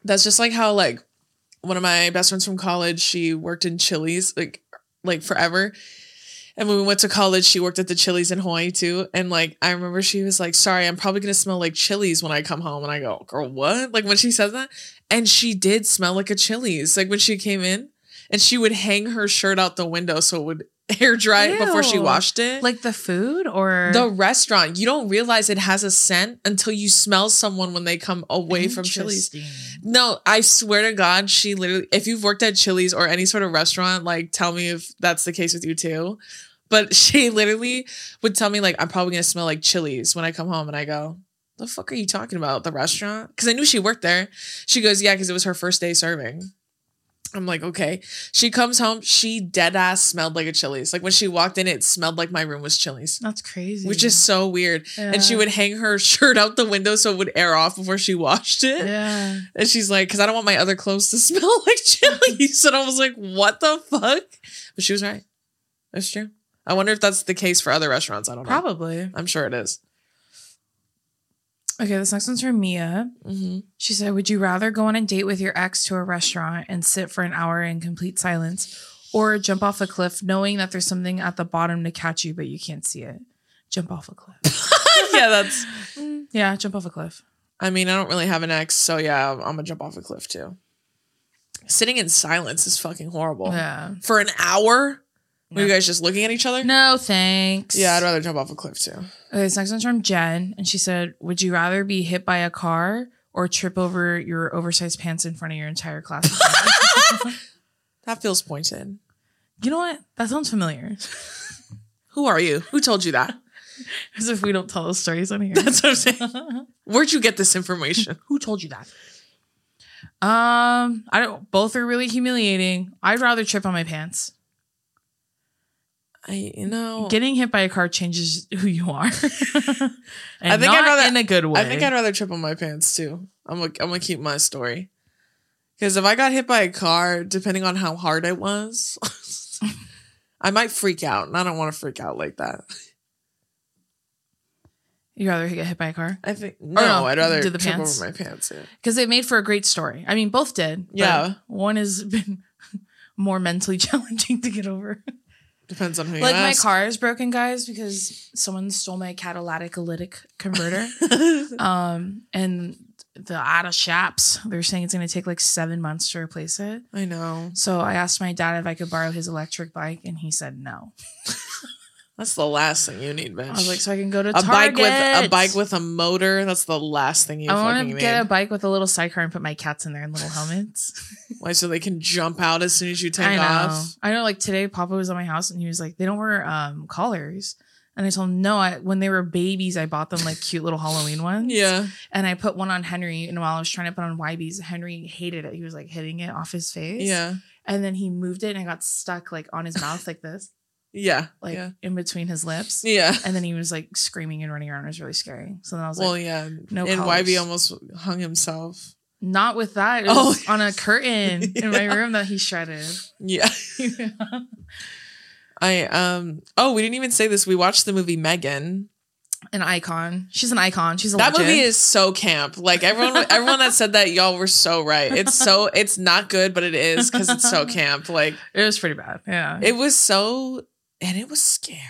S2: that's just like how like one of my best friends from college she worked in chili's like like forever and when we went to college she worked at the chili's in hawaii too and like i remember she was like sorry i'm probably gonna smell like chili's when i come home and i go girl what like when she says that and she did smell like a chili's like when she came in and she would hang her shirt out the window so it would air dry it before she
S1: Ew.
S2: washed it
S1: Like the food or
S2: the restaurant you don't realize it has a scent until you smell someone when they come away from chili's
S1: Interesting.
S2: no, I swear to God, she literally, if you've worked at Chili's or any sort of restaurant, like tell me if that's the case with you too. But she literally would tell me, like, I'm probably going to smell like Chili's when I come home. And I go, the fuck are you talking about? The restaurant? Because I knew she worked there. She goes, yeah, because it was her first day serving. I'm like, okay. She comes home, she dead ass smelled like a Chili's. Like when she walked in, it smelled like my room was Chili's,
S1: That's crazy.
S2: which is so weird. And she
S1: Yeah.
S2: would hang her shirt out the window so it would air off before she washed it.
S1: yeah.
S2: And she's like, because I don't want my other clothes to smell like chilies. And I was like, what the fuck? But she was right. That's true. I wonder if that's the case for other restaurants. I don't know.
S1: Probably.
S2: I'm sure it is.
S1: Okay, this next one's from Mia.
S2: Mm-hmm.
S1: She said, Would you rather go on a date with your ex to a restaurant and sit for an hour in complete silence or jump off a cliff knowing that there's something at the bottom to catch you, but you can't see it? Jump off a cliff.
S2: yeah, that's.
S1: Mm, yeah, jump off a cliff.
S2: I mean, I don't really have an ex, so yeah, I'm gonna jump off a cliff too. Sitting in silence is fucking horrible.
S1: Yeah.
S2: For an hour, were
S1: No.
S2: you guys just looking at each other?
S1: No, thanks.
S2: Yeah, I'd rather jump off a cliff too.
S1: Okay, this next one's from Jen, and she said, "Would you rather be hit by a car or trip over your oversized pants in front of your entire class?"
S2: That feels pointed.
S1: you know what? That sounds familiar.
S2: Who are you? Who told you that?
S1: As if we don't tell those stories on here.
S2: That's what I'm saying. Where'd you get this information?
S1: Who told you that? Um, I don't. Both are really humiliating. I'd rather trip on my pants.
S2: I, you know,
S1: Getting hit by a car changes who you are. and
S2: I think
S1: not
S2: I'd rather-
S1: in a good way.
S2: I think I'd rather trip on my pants too. I'm gonna I'm gonna keep my story. Because if I got hit by a car, depending on how hard it was, I might freak out, and I don't want to freak out like that.
S1: You'd rather get hit by a car
S2: I think no,
S1: no,
S2: I'd rather
S1: do the
S2: trip
S1: pants.
S2: over my pants. Yeah.
S1: because it made for a great story. I mean, both did. but
S2: Yeah.
S1: one has been more mentally challenging to get over.
S2: Depends on who
S1: like
S2: you
S1: my
S2: ask.
S1: car is broken guys because someone stole my catalytic catalytic converter um and the out of shops they're saying it's going to take like seven months to replace it
S2: I know
S1: so i asked my dad if i could borrow his electric bike and he said no
S2: that's the last thing you need, bitch.
S1: i was like so i can go to
S2: a bike with a
S1: Target.
S2: bike with a motor. That's the last thing you
S1: I
S2: fucking
S1: want to
S2: need.
S1: get a bike with a little sidecar and put my cats in there in little helmets.
S2: Why? So they can jump out as soon as you take
S1: I know.
S2: off.
S1: I know. Like today, Papa was at my house and he was like, "They don't wear um, collars," and I told him, "No, I, when they were babies, I bought them like cute little Halloween ones."
S2: Yeah.
S1: and I put one on Henry. And while I was trying to put on YB's, Henry hated it. He was like hitting it off his face.
S2: Yeah.
S1: And then he moved it and it got stuck like on his mouth like this,
S2: Yeah.
S1: like
S2: yeah.
S1: in between his lips.
S2: Yeah.
S1: And then he was like screaming and running around. It was really scary. So then I was
S2: Well,
S1: like,
S2: yeah.
S1: no
S2: and
S1: collars.
S2: YB almost hung himself.
S1: not with that. It
S2: Oh.
S1: was on a curtain in my room that he shredded.
S2: Yeah. I um oh, we didn't even say this. We watched the movie Megan.
S1: An icon. She's an icon. She's a
S2: That
S1: legend.
S2: movie is so camp. Like everyone everyone that said that y'all were so right. It's so it's not good, but it is cuz it's so camp. Like
S1: It was pretty bad. Yeah.
S2: it was so and it was scary.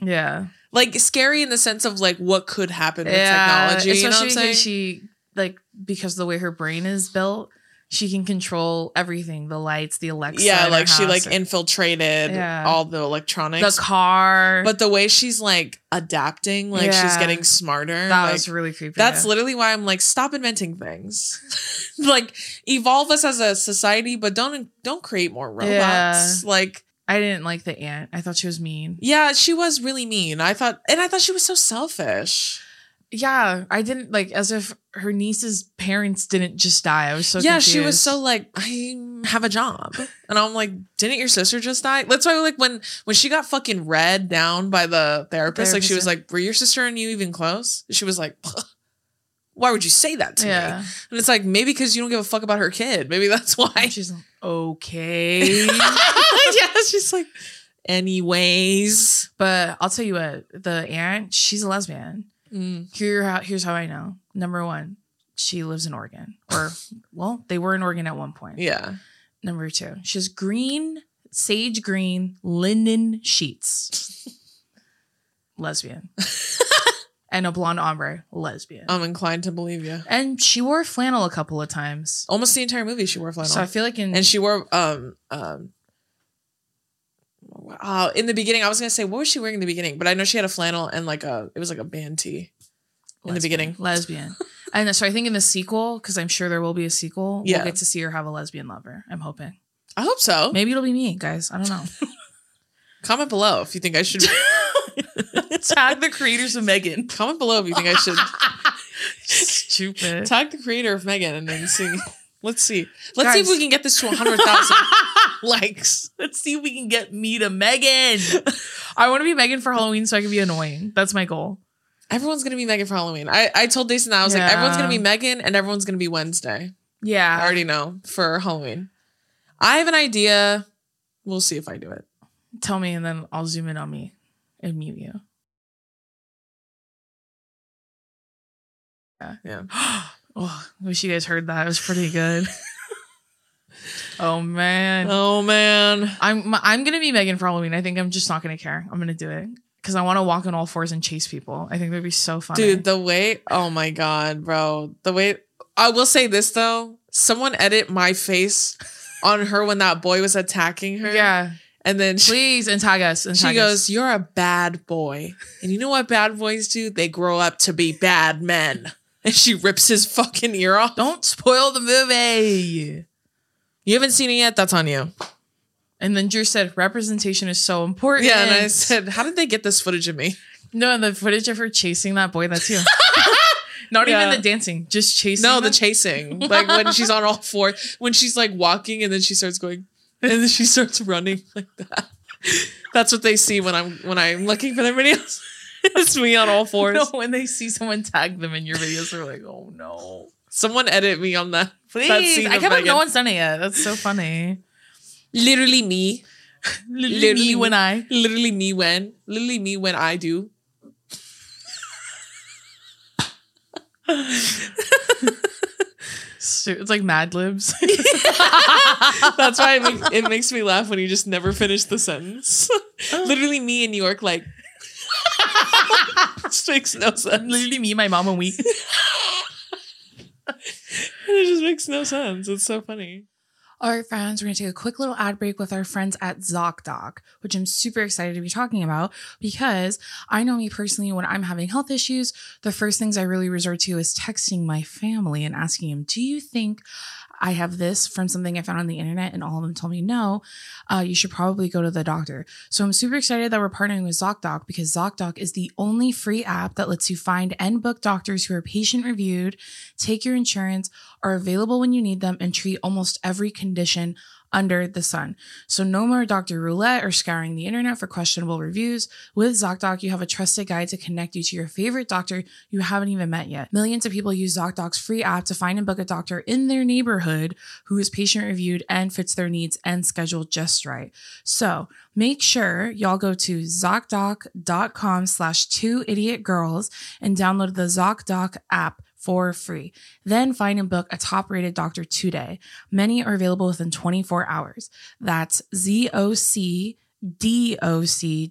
S1: yeah.
S2: like scary in the sense of like what could happen with technology.
S1: especially
S2: You know what I'm
S1: because
S2: saying?
S1: she like because of the way her brain is built, she can control everything: the lights, the Alexa, in
S2: yeah,
S1: her
S2: like she
S1: house,
S2: like infiltrated
S1: Yeah.
S2: all the
S1: the
S2: electronics.
S1: car.
S2: but the way she's like adapting, like she's
S1: Yeah.
S2: getting smarter.
S1: that
S2: like,
S1: was really creepy.
S2: That's literally why I'm like, stop inventing things. like, evolve us as a society, but don't don't create more robots. Like,
S1: I didn't like the aunt. I thought she was mean.
S2: yeah, she was really mean. I thought, and I thought she was so selfish.
S1: Yeah, I didn't like as if her niece's parents didn't just die. I was so
S2: yeah, she was
S1: confused.
S2: so like, I have a job, and I'm like, didn't your sister just die? That's why, like, when when she got fucking read down by the therapist, like, she
S1: Therapist,
S2: was like, were your sister and you even close? She was like. Why would you say that to me?
S1: yeah.
S2: And it's like maybe because you don't give a fuck about her kid. Maybe that's why.
S1: She's like, okay,
S2: yeah, it's just like, anyways.
S1: but I'll tell you what. The aunt, she's a lesbian. Here, how, here's how I know. Number one, she lives in Oregon, or well, they were in Oregon at one point.
S2: Yeah.
S1: Number two, she has green, sage green linen sheets. lesbian. and a blonde ombre, lesbian.
S2: I'm inclined to believe you.
S1: and she wore flannel a couple of times.
S2: Almost the entire movie, she wore flannel.
S1: So I feel like in
S2: and she wore, um, um, uh, in the beginning, I was going to say, what was she wearing in the beginning? But I know she had a flannel and like a, it was like a band tee. in the beginning.
S1: lesbian. and so I think in the sequel, because I'm sure there will be a sequel,
S2: Yeah.
S1: we'll get to see her have a lesbian lover. I'm hoping.
S2: I hope so.
S1: Maybe it'll be me, guys. I don't know.
S2: Comment below if you think I should,
S1: Tag the creators of Megan.
S2: comment below if you think I should
S1: Stupid.
S2: tag the creator of Megan and then see. Let's see. Let's see if
S1: Guys.
S2: we can get this to 100,000 likes.
S1: Let's see if we can get me to Megan. I want to be Megan for Halloween so I can be annoying. That's my goal.
S2: Everyone's gonna be Megan for Halloween. I, I told Jason that I was like,
S1: Yeah.
S2: everyone's gonna be Megan and everyone's gonna be Wednesday.
S1: Yeah.
S2: I already know for Halloween. I have an idea. We'll see if I do it.
S1: Tell me and then I'll zoom in on me and mute you.
S2: Yeah.
S1: Oh, I wish you guys heard that. It was pretty good. oh man.
S2: Oh man.
S1: I'm my- I'm gonna be Megan for Halloween. I think I'm just not gonna care. I'm gonna do it because I want to walk on all fours and chase people. I think that'd be so fun.
S2: Dude, the way oh my god, bro. The way I will say this though. Someone edit my face on her when that boy was attacking her.
S1: yeah,
S2: And then she,
S1: please and tag us. And
S2: she
S1: tag us.
S2: goes, You're a bad boy. And you know what bad boys do? They grow up to be bad men. And she rips his fucking ear off.
S1: "Don't spoil the movie."
S2: You haven't seen it yet? That's on you.
S1: And then Drew said, "Representation is so important."
S2: Yeah, and I said, how did they get this footage of me?
S1: "No." And the footage of her chasing that boy—that's you. not
S2: Yeah.
S1: even the dancing, just chasing.
S2: No, the
S1: them.
S2: chasing. Like when she's on all four, when she's like walking and then she starts going, and then she starts running like that. That's what they see when I'm when I'm looking for their videos. it's me on all fours.
S1: No, when they see someone tag them in your videos, they're like, "Oh no!"
S2: Someone edit me on that.
S1: Please,
S2: that scene
S1: I
S2: of
S1: can't believe
S2: Megan.
S1: no one's done it yet. That's so funny.
S2: Literally me.
S1: Literally,
S2: Literally.
S1: me when I.
S2: Literally me when. Literally me when I do.
S1: So It's like Mad Libs.
S2: That's why it, make, it makes me laugh when you just never finish the sentence. Literally me in New York, like. This makes no sense.
S1: Literally me, my mom, and we.
S2: It just makes no sense. It's so funny.
S1: All right, friends, we're going to take a quick little ad break with our friends at ZocDoc, which I'm super excited to be talking about because I know me personally, when I'm having health issues, the first things I really resort to is texting my family and asking them, Do you think I have this from something I found on the internet? And all of them told me, No, uh, you should probably go to the doctor. So I'm super excited that we're partnering with ZocDoc because ZocDoc is the only free app that lets you find and book doctors who are patient reviewed, take your insurance, are available when you need them and treat almost every condition under the sun. So no more doctor roulette or scouring the internet for questionable reviews. With ZocDoc, you have a trusted guide to connect you to your favorite doctor you haven't even met yet. Millions of people use ZocDoc's free app to find and book a doctor in their neighborhood who is patient reviewed and fits their needs and scheduled just right. So make sure y'all go to ZocDoc.com slash two idiot girls and download the ZocDoc app for free. Then find and book a top rated doctor today. Many are available within 24 hours. That's zocdoc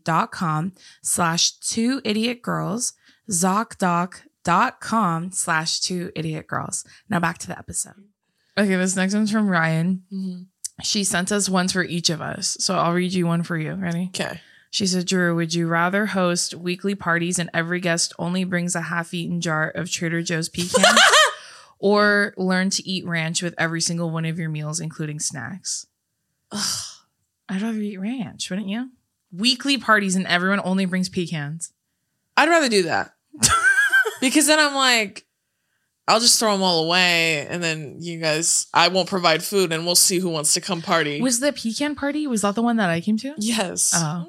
S1: doc.com slash two idiot girls, zocdoc.com slash two idiot girls. Now back to the episode. Okay, this next one's from Ryan.
S2: Mm-hmm.
S1: She sent us one for each of us. So I'll read you one for you. Ready?
S2: Okay.
S1: She said, Drew, would you rather host weekly parties and every guest only brings a half eaten jar of Trader Joe's pecans or learn to eat ranch with every single one of your meals, including snacks? I'd rather eat ranch, wouldn't you? Weekly parties and everyone only brings pecans.
S2: I'd rather do that because then I'm like, I'll just throw them all away, and then you guys, I won't provide food, and we'll see who wants to come party.
S1: Was the pecan party? Was that the one that I came to?
S2: yes,
S1: Oh.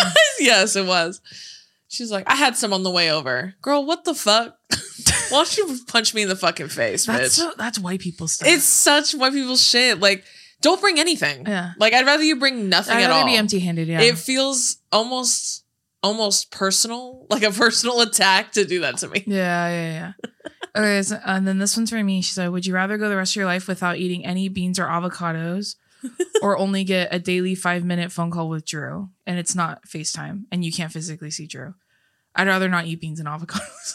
S2: yes, it was. She's like, I had some on the way over, girl. What the fuck? Why don't you punch me in the fucking face,
S1: That's
S2: bitch?
S1: so, that's white people stuff.
S2: it's such white people shit. Like, don't bring anything.
S1: Yeah.
S2: Like, I'd rather you bring nothing
S1: I'd
S2: at
S1: rather
S2: all.
S1: be empty-handed. Yeah.
S2: It feels almost almost personal, like a personal attack to do that to me.
S1: Yeah, yeah, yeah. okay, so, and then this one's for me. She said, "Would you rather go the rest of your life without eating any beans or avocados, or only get a daily five-minute phone call with Drew, and it's not FaceTime, and you can't physically see Drew? I'd rather not eat beans and avocados.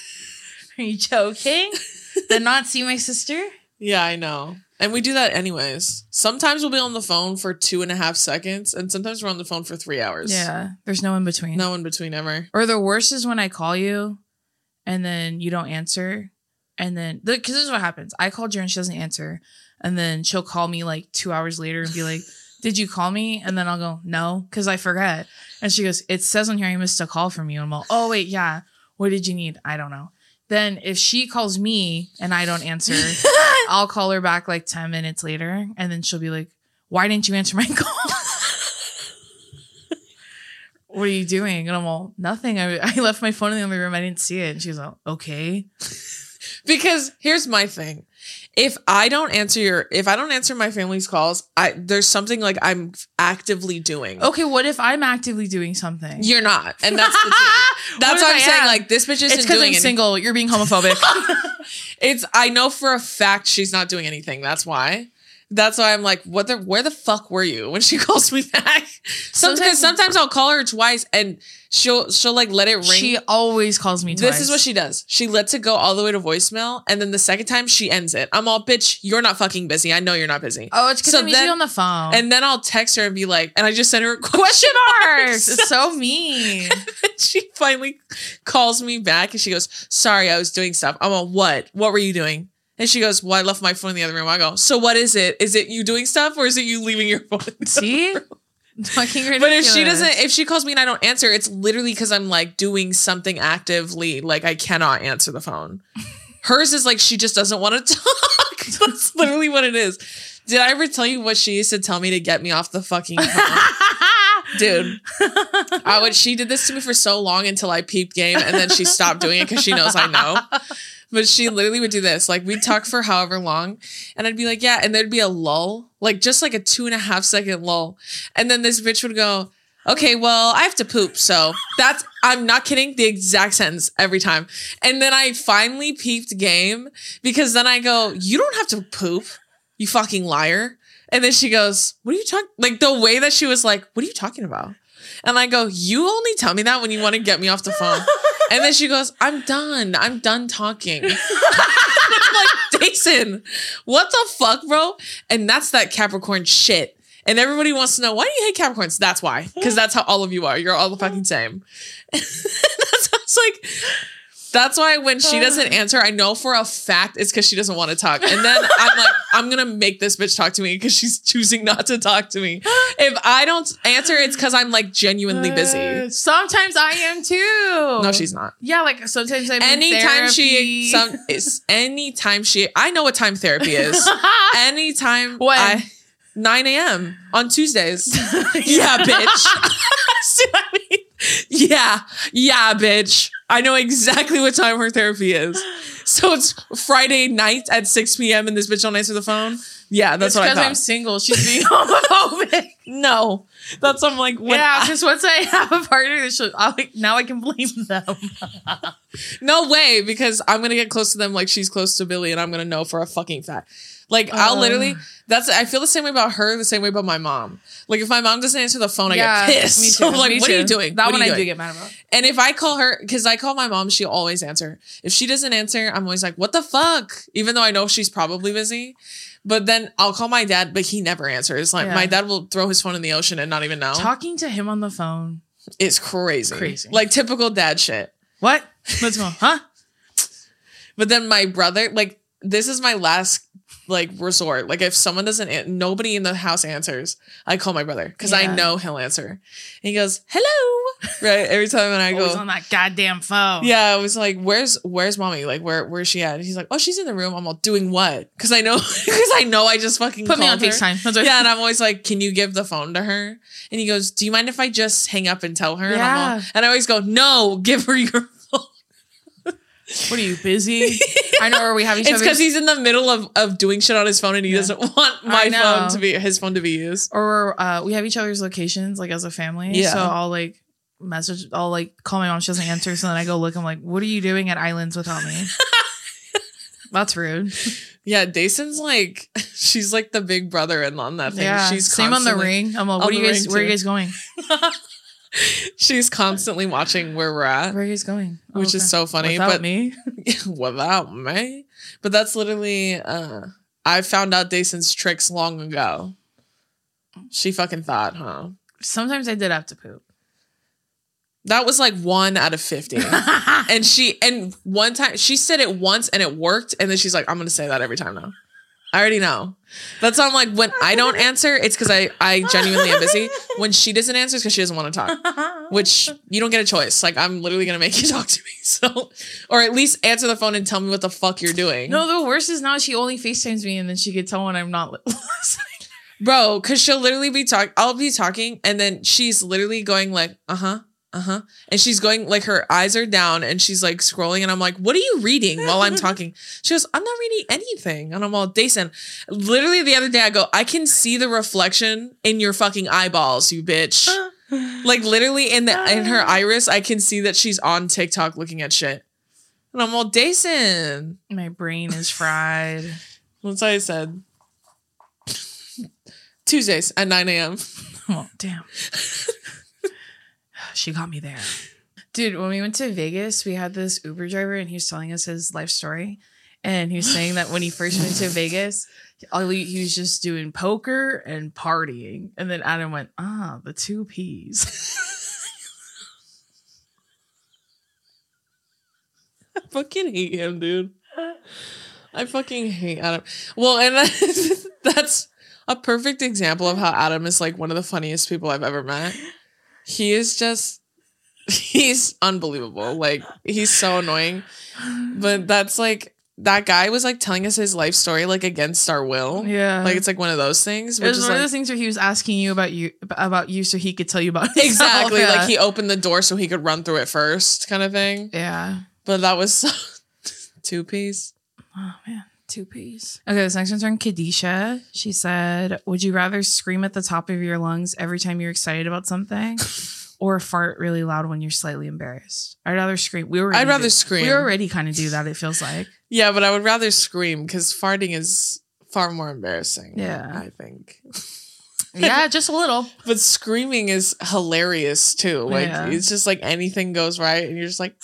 S1: Are you joking? Then not see my sister?
S2: Yeah, I know. And we do that anyways. Sometimes we'll be on the phone for two and a half seconds, and sometimes we're on the phone for three hours.
S1: Yeah, there's no in between.
S2: No in between ever.
S1: Or the worst is when I call you and then you don't answer. And then, because this is what happens I called her and she doesn't answer. And then she'll call me like two hours later and be like, Did you call me? And then I'll go, No, because I forget. And she goes, It says on here I missed a call from you. And I'm like, Oh, wait, yeah. What did you need? I don't know. Then if she calls me and I don't answer, I'll call her back like 10 minutes later. And then she'll be like, Why didn't you answer my call? what are you doing? And I'm all, nothing. I, I left my phone in the other room. I didn't see it. And she's like, okay.
S2: Because here's my thing. If I don't answer your if I don't answer my family's calls, I there's something like I'm actively doing.
S1: Okay, what if I'm actively doing something?
S2: You're not. And that's the thing.
S1: What
S2: That's
S1: if
S2: what
S1: I
S2: I'm saying.
S1: am?
S2: Like this bitch isn't
S1: it's because
S2: doing
S1: I'm
S2: anything.
S1: single. You're being homophobic.
S2: It's I know for a fact she's not doing anything. That's why. That's why I'm like, what the where the fuck were you when she calls me back?
S1: Sometimes-
S2: Sometimes sometimes I'll call her twice and she'll she'll like let it ring.
S1: she always calls me twice.
S2: this is what she does. She lets it go all the way to voicemail, and then the second time she ends it. I'm all, bitch, you're not fucking busy. I know you're not busy.
S1: Oh, it's because
S2: So
S1: I'm
S2: then-
S1: usually on the phone.
S2: And then I'll text her and be like, and I just sent her a question
S1: Marks, it's so mean.
S2: and she finally calls me back and she goes, Sorry, I was doing stuff. I'm on what? What were you doing? And she goes, Well, I left my phone in the other room. I go, So what is it? Is it you doing stuff or is it you leaving your phone? in the
S1: See?
S2: room?"
S1: Fucking ridiculous.
S2: But if she doesn't, if she calls me and I don't answer, it's literally because I'm like doing something actively. Like I cannot answer the phone. Hers is like she just doesn't want to talk. That's literally what it is. Did I ever tell you what she used to tell me to get me off the fucking phone? dude i would she did this to me for so long until i peeped game and then she stopped doing it because she knows i know but she literally would do this like we'd talk for however long and i'd be like yeah and there'd be a lull like just like a two and a half second lull and then this bitch would go okay well i have to poop so that's i'm not kidding the exact sentence every time and then i finally peeped game because then i go you don't have to poop you fucking liar. And then she goes, What are you talking? Like the way that she was like, What are you talking about? And I go, You only tell me that when you want to get me off the phone. and then she goes, I'm done. I'm done talking. And I'm like, Jason, what the fuck, bro? And that's that Capricorn shit. And everybody wants to know why do you hate Capricorns? That's why. Because that's how all of you are. You're all the fucking same. that's I was like, that's why when she doesn't answer, I know for a fact it's because she doesn't want to talk. And then I'm like, I'm gonna make this bitch talk to me because she's choosing not to talk to me. If I don't answer, it's because I'm like genuinely busy.
S1: Uh, Sometimes I am too.
S2: No, she's not.
S1: Yeah, like sometimes I'm
S2: Anytime
S1: in
S2: she
S1: Uh, therapy.
S2: some it's anytime she I know what time therapy is. anytime
S1: When?
S2: I 9 a.m. on Tuesdays. yeah, bitch. See what I mean? Yeah, yeah, bitch. I know exactly what time her therapy is. So it's Friday night at 6 p.m. and this bitch don't answer the phone. Yeah, that's
S1: It's
S2: what I
S1: because
S2: thought.
S1: I'm single. She's being homophobic.
S2: no, that's I'm like when
S1: yeah,
S2: I-
S1: because once I have a partner, that she'll- I'll, like, now I can blame them.
S2: no way because I'm gonna get close to them like she's close to Billy and I'm gonna know for a fucking fact. Like I'll
S1: Um.
S2: literally that's I feel the same way about her, the same way about my mom. Like if my mom doesn't answer the phone, I get pissed.
S1: Me too.
S2: I'm like,
S1: me
S2: what are you
S1: too.
S2: doing?
S1: That
S2: What are
S1: one
S2: you
S1: I do
S2: doing?"
S1: get mad about.
S2: And if I call her, because I call my mom, she'll always answer. If she doesn't answer, I'm always like, what the fuck? Even though I know she's probably busy. But then I'll call my dad, but he never answers. Like
S1: Yeah.
S2: my dad will throw his phone in the ocean and not even know.
S1: Talking to him on the phone.
S2: it's crazy.
S1: Crazy.
S2: Like typical dad shit.
S1: What? Let's go. Huh?
S2: But then my brother, like, this is my last like resort. Like if someone doesn't an- nobody in the house answers, I call my brother because I
S1: Yeah.
S2: know he'll answer. And he goes, Hello. Right. Every time and I go
S1: Always on that goddamn phone.
S2: Yeah, I was like, "Where's Where's mommy? Like, where Where's she at?" And he's like, "Oh, she's in the room." I'm all doing what? Because I know, because I know, I just fucking
S1: Put me on
S2: called her.
S1: FaceTime. That's what-
S2: Yeah, and I'm always like, "Can you give the phone to her?" And he goes, "Do you mind if I just hang up and tell her?" And, I'm all-
S1: Yeah.
S2: and I always go, "No, give her your phone."
S1: What are you busy? I know where we have each
S2: It's
S1: other.
S2: because he's in the middle of of doing shit on his phone, and he
S1: Yeah.
S2: doesn't want
S1: I
S2: my phone
S1: know.
S2: to be his phone to be used.
S1: or uh, we have each other's locations like as a family.
S2: Yeah.
S1: So I'll like message. I'll like call my mom. She doesn't answer. So then I go look. I'm like, what are you doing at Islands without me? That's rude.
S2: Yeah, Dayson's like, she's like the big brother in on that thing.
S1: Yeah.
S2: She's
S1: Same on the
S2: constantly-
S1: ring. I'm like,
S2: on
S1: what are you
S2: the
S1: guys?
S2: ring,
S1: Where are you
S2: too.
S1: guys going?
S2: She's constantly watching where we're at.
S1: Where are you guys going? Oh,
S2: Which
S1: okay.
S2: is so funny,
S1: Without
S2: but
S1: me.
S2: without me. But that's literally uh I found out Dayson's tricks long ago. She fucking thought, huh?
S1: Sometimes I did have to poop.
S2: That was like one out of fifty. and she and one time she said it once and it worked, and then she's like, I'm gonna say that every time now. I already know. That's why I'm like, when I don't answer, it's because I I genuinely am busy. When she doesn't answer, it's because she doesn't want to talk. which you don't get a choice. Like I'm literally gonna make you talk to me, so or at least answer the phone and tell me what the fuck you're doing,
S1: no, the worst is now she only FaceTimes me and then she could tell when I'm not listening.
S2: bro. Because she'll literally be talking. I'll be talking, and then she's literally going like, uh huh, uh huh, and she's going like her eyes are down, and she's like scrolling, and I'm like, what are you reading while I'm talking? She goes, I'm not reading anything, and I'm all, Dason. Literally the other day, I go, I can see the reflection in your fucking eyeballs, you bitch.
S1: Oh
S2: Like literally in the in her iris, I can see that she's on TikTok looking at shit. And I'm all Dason.
S1: My brain is fried.
S2: That's what I said. Tuesdays at 9 a.m.
S1: Oh, damn. she got me there. Dude, when we went to Vegas, we had this Uber driver and he was telling us his life story. And he was saying that when he first went to Vegas, all he, he was just doing poker and partying. And then Adam went, ah, the two P's.
S2: I fucking hate him, dude. I fucking hate Adam. Well, and that- that's a perfect example of how Adam is like one of the funniest people I've ever met. He is just he's unbelievable. Like he's so annoying. But that's like that guy was like telling us his life story like against our will.
S1: Yeah.
S2: Like it's like one of those things.
S1: it
S2: Which
S1: was
S2: is
S1: one
S2: like,
S1: of those things where he was asking you about you about you so he could tell you about himself.
S2: Exactly.
S1: Yeah.
S2: Like he opened the door so he could run through it first, kind of thing.
S1: Yeah.
S2: But that was so two piece.
S1: Oh man, two P's. Okay, this next one's from Kadisha. She said, "Would you rather scream at the top of your lungs every time you're excited about something, or fart really loud when you're slightly embarrassed?" I'd rather scream. We were.
S2: I'd rather scream.
S1: We already kind of do that. It feels like.
S2: Yeah, but I would rather scream because farting is far more embarrassing.
S1: Yeah.
S2: I think.
S1: yeah, just a little.
S2: But screaming is hilarious too. Like
S1: Yeah.
S2: it's just like anything goes right and you're just like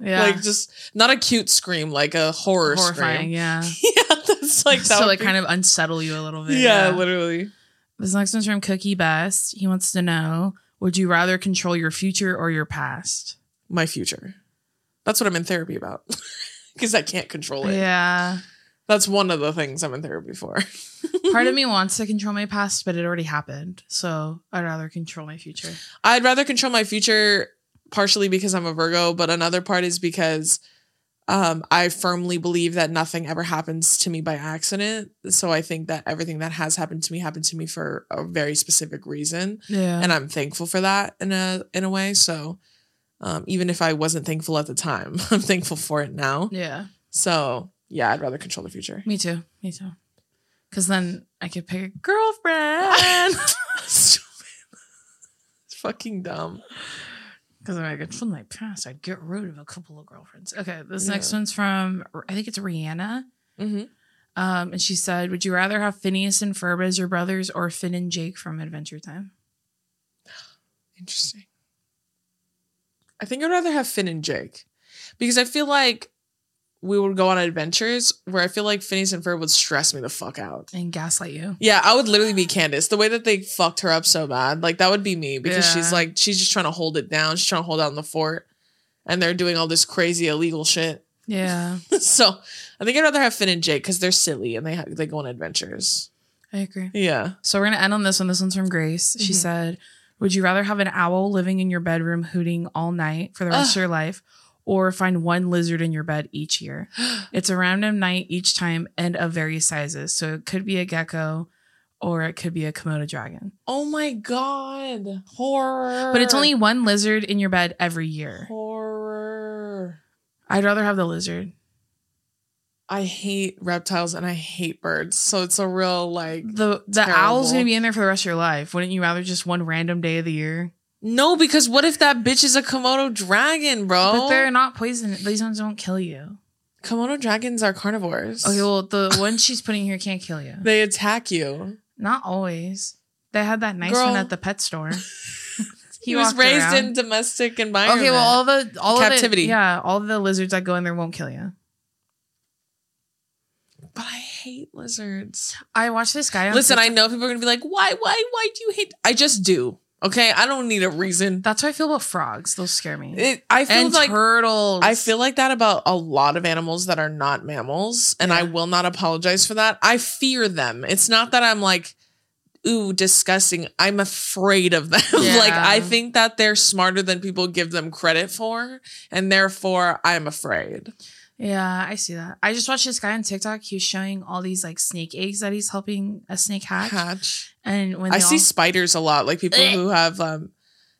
S1: Yeah.
S2: like just not a cute scream, like a horror
S1: Horrifying,
S2: scream.
S1: yeah.
S2: yeah, that's like that
S1: so
S2: would
S1: it kind of unsettle you a little bit.
S2: yeah, literally.
S1: This next one's from Cookie Best. He wants to know: Would you rather control your future or your past?
S2: My future. That's what I'm in therapy about. Because I can't control it.
S1: Yeah.
S2: That's one of the things I'm in therapy for.
S1: Part of me wants to control my past, but it already happened. So I'd rather control my future.
S2: I'd rather control my future partially because I'm a Virgo, but another part is because um, I firmly believe that nothing ever happens to me by accident. So I think that everything that has happened to me happened to me for a very specific reason,
S1: Yeah.
S2: and I'm thankful for that in a in a way. So um, even if I wasn't thankful at the time, I'm thankful for it now.
S1: yeah.
S2: So yeah, I'd rather control the future.
S1: Me too. Me too. Cause then I could pick a girlfriend.
S2: Stupid. It's fucking dumum
S1: Because if I control my past, I'd get rid of a couple of girlfriends. Okay. This
S2: Yeah.
S1: next one's from I think it's Rihanna.
S2: Mm-hmm.
S1: Um, and she said, Would you rather have Phineas and Ferb as your brothers or Finn and Jake from Adventure Time?
S2: Interesting. I think I'd rather have Finn and Jake because I feel like we would go on adventures where I feel like Phineas and Ferb would stress me the fuck out.
S1: And gaslight you.
S2: Yeah, I would literally be Candace. The way that they fucked her up so bad, like that would be me because
S1: Yeah.
S2: she's like, she's just trying to hold it down. She's trying to hold down the fort and they're doing all this crazy illegal shit.
S1: Yeah,
S2: so I think I'd rather have Finn and Jake because they're silly and they, ha- they go on adventures.
S1: I agree.
S2: Yeah.
S1: So we're going to end on this one. This one's from Grace. She
S2: Mhm.
S1: said, Would you rather have an owl living in your bedroom hooting all night for the rest
S2: Ugh.
S1: of your life or find one lizard in your bed each year? It's a random night each time and of various sizes. So it could be a gecko or it could be a Komodo dragon.
S2: Oh my God. Horror.
S1: But it's only one lizard in your bed every year.
S2: horror.
S1: I'd rather have the lizard.
S2: I hate reptiles and I hate birds. So it's a real like
S1: The the
S2: Terrible.
S1: owl's gonna be in there for the rest of your life. Wouldn't you rather just one random day of the year?
S2: No, because what if that bitch is a Komodo dragon, bro?
S1: But they're not poisonous. These ones don't kill you.
S2: Komodo dragons are carnivores.
S1: Okay, well the one she's putting here can't kill you.
S2: they attack you.
S1: Not always. They had that nice
S2: Girl.
S1: one at the pet store.
S2: He, was
S1: walked
S2: raised
S1: around.
S2: in domestic environment.
S1: Okay, well all the all
S2: Captivity.
S1: Of it, yeah, all the lizards that go in there won't kill you.
S2: but I hate lizards.
S1: I watched this guy. On
S2: Listen,
S1: Tik-
S2: I know people are gonna be like, why, why, why do you hate? I just do. Okay, I don't need a reason.
S1: that's how I feel about frogs. Those scare me.
S2: It, I feel
S1: and
S2: like
S1: turtles.
S2: I feel like that about a lot of animals that are not mammals, and I
S1: Yeah.
S2: will not apologize for that. I fear them. It's not that I'm like, ooh, disgusting. I'm afraid of them. like,
S1: Yeah.
S2: I think that they're smarter than people give them credit for, and therefore I'm afraid.
S1: Yeah, I see that. I just watched this guy on TikTok. He was showing all these like snake eggs that he's helping a snake hatch.
S2: Hatch.
S1: And when
S2: I
S1: they
S2: see
S1: all- Eh.
S2: spiders a lot. Like people
S1: Ugh.
S2: who have, um,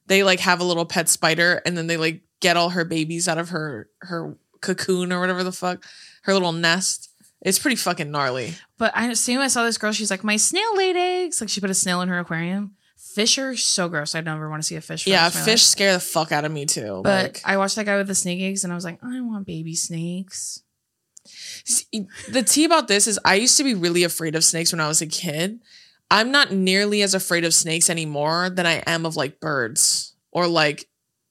S2: they like have a little pet spider, and then they like get all her babies out of her her cocoon or whatever the fuck, her little nest. It's pretty fucking gnarly.
S1: but I see when I saw this girl, she's like, my snail laid eggs. Like she put a snail in her aquarium. Fish are so gross. I never want to see a fish. for the
S2: Yeah,
S1: rest of my
S2: fish
S1: life.
S2: scare the fuck out of me too.
S1: But
S2: like
S1: I watched that guy with the snake eggs, and I was like, I want baby snakes.
S2: s- e, the tea about this is I used to be really afraid of snakes when I was a kid. I'm not nearly as afraid of snakes anymore than I am of like birds or like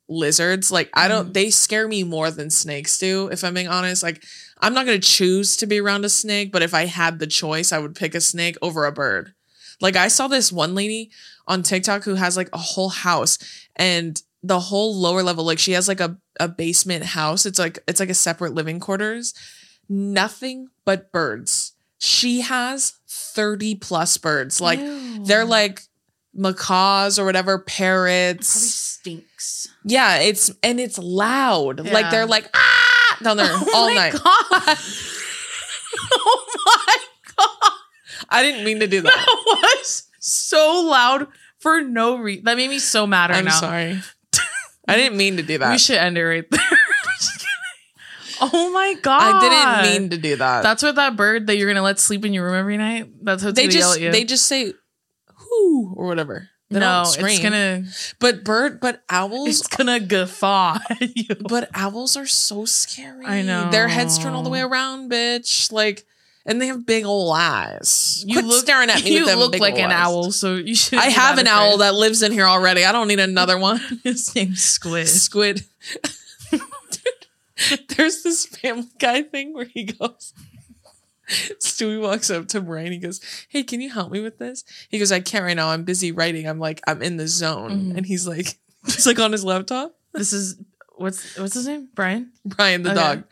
S2: lizards. Like I don't they scare me more than snakes do, if I'm being honest. Like I'm not gonna choose to be around a snake, but if I had the choice, I would pick a snake over a bird. Like I saw this one lady on TikTok who has like a whole house and the whole lower level, like she has like a, a basement house. It's like it's like a separate living quarters. Nothing but birds. She has 30 plus birds. Like
S1: Ew.
S2: they're like macaws or whatever,
S1: It probably
S2: parrots.
S1: stinks.
S2: Yeah, it's and it's loud. Like
S1: Yeah. Oh
S2: they're like ah down there all
S1: my
S2: night.
S1: God. oh my god.
S2: I didn't mean to do that.
S1: That was so loud for no reason. That made me so mad right
S2: I'm
S1: now.
S2: sorry. I didn't mean to do
S1: We
S2: that.
S1: should end it right there. Just kidding. oh my god!
S2: I didn't mean to do that.
S1: That's what that bird that you're gonna let sleep in your room every night. That's what
S2: they
S1: gonna
S2: just
S1: yell at you.
S2: they just say whoo or whatever. They
S1: E no,
S2: don't
S1: it's
S2: scream.
S1: gonna
S2: But bird, but owls,
S1: it's gonna guffaw at you.
S2: but owls are so scary.
S1: I know.
S2: their heads turn all the way around, bitch. Like, and they have big old eyes.
S1: You
S2: Quit
S1: look-
S2: staring at me.
S1: you
S2: with them
S1: look
S2: big
S1: like
S2: ol'
S1: an
S2: eyes.
S1: owl, so you should.
S2: I
S1: be
S2: have
S1: not
S2: an owl
S1: afraid.
S2: that lives in here already. I don't need another one.
S1: his name's Squid.
S2: Squid. Dude, There's this Family Guy thing where he goes. Stewie walks up to Brian. He goes, "Hey, can you help me with this?" He goes, "I can't right now. I'm busy writing. I'm like, I'm in the zone."
S1: Mhm.
S2: And he's like, he's like on his laptop.
S1: This is what's what's his name? Brian.
S2: Brian the
S1: Okay.
S2: dog.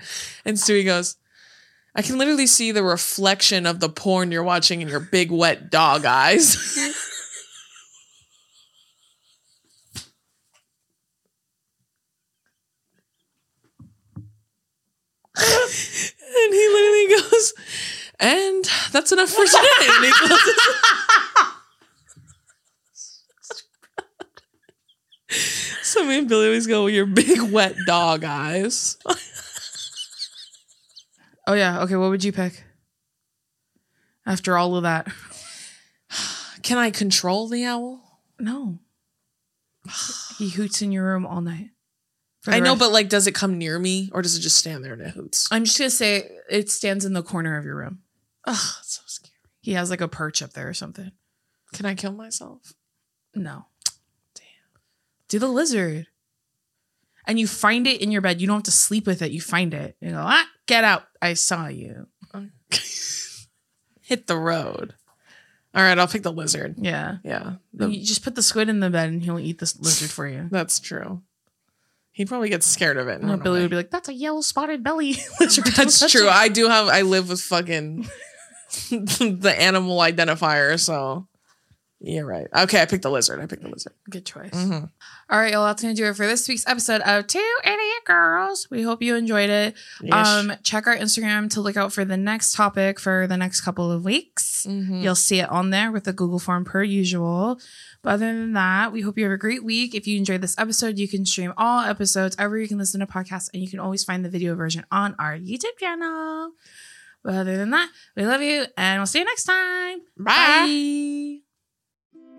S2: And Stewie goes, I can literally see the reflection of the porn you're watching in your big wet dog eyes. and he literally goes, and that's enough for today. And he closes it. So me and Billy always go, your big wet dog eyes.
S1: Oh yeah. Okay. What would you pick? After all of that,
S2: Can I control the owl?
S1: no. He hoots in your room all night. For the
S2: I know,
S1: rest-
S2: but like, does it come near me or does it just stand there and it hoots?
S1: I'm just gonna say it stands in the corner of your room.
S2: Oh, it's so scary.
S1: He has like a perch up there or something.
S2: Can I kill myself?
S1: No. Damn. Do the lizard. And you find it in your bed. You don't have to sleep with it. You find it. You go, ah, get out. I saw you.
S2: Hit the road. All right, I'll pick the lizard.
S1: Yeah.
S2: Yeah, the-
S1: you just put the squid in the bed and he'll eat this lizard for you.
S2: that's true. He probably gets scared of it.
S1: And then
S2: And
S1: Billy
S2: Billy
S1: would be like, that's a yellow spotted belly lizard.
S2: that's
S1: Don't touch
S2: true.
S1: it.
S2: I do have. I live with fucking the animal identifier. So yeah, right. Okay, I picked the lizard. I picked the lizard.
S1: Good choice.
S2: Mhm.
S1: All right, y'all. That's going to do it for this week's episode of Two Idiot Girls. We hope you enjoyed it.
S2: Yes.
S1: Um, check our Instagram to look out for the next topic for the next couple of weeks.
S2: Mhm.
S1: You'll see it on there with the Google form per usual. But other than that, we hope you have a great week. If you enjoyed this episode, you can stream all episodes ever you can listen to podcasts, and you can always find the video version on our YouTube channel. But other than that, we love you and we'll see you next time.
S2: Bye.
S1: Bye.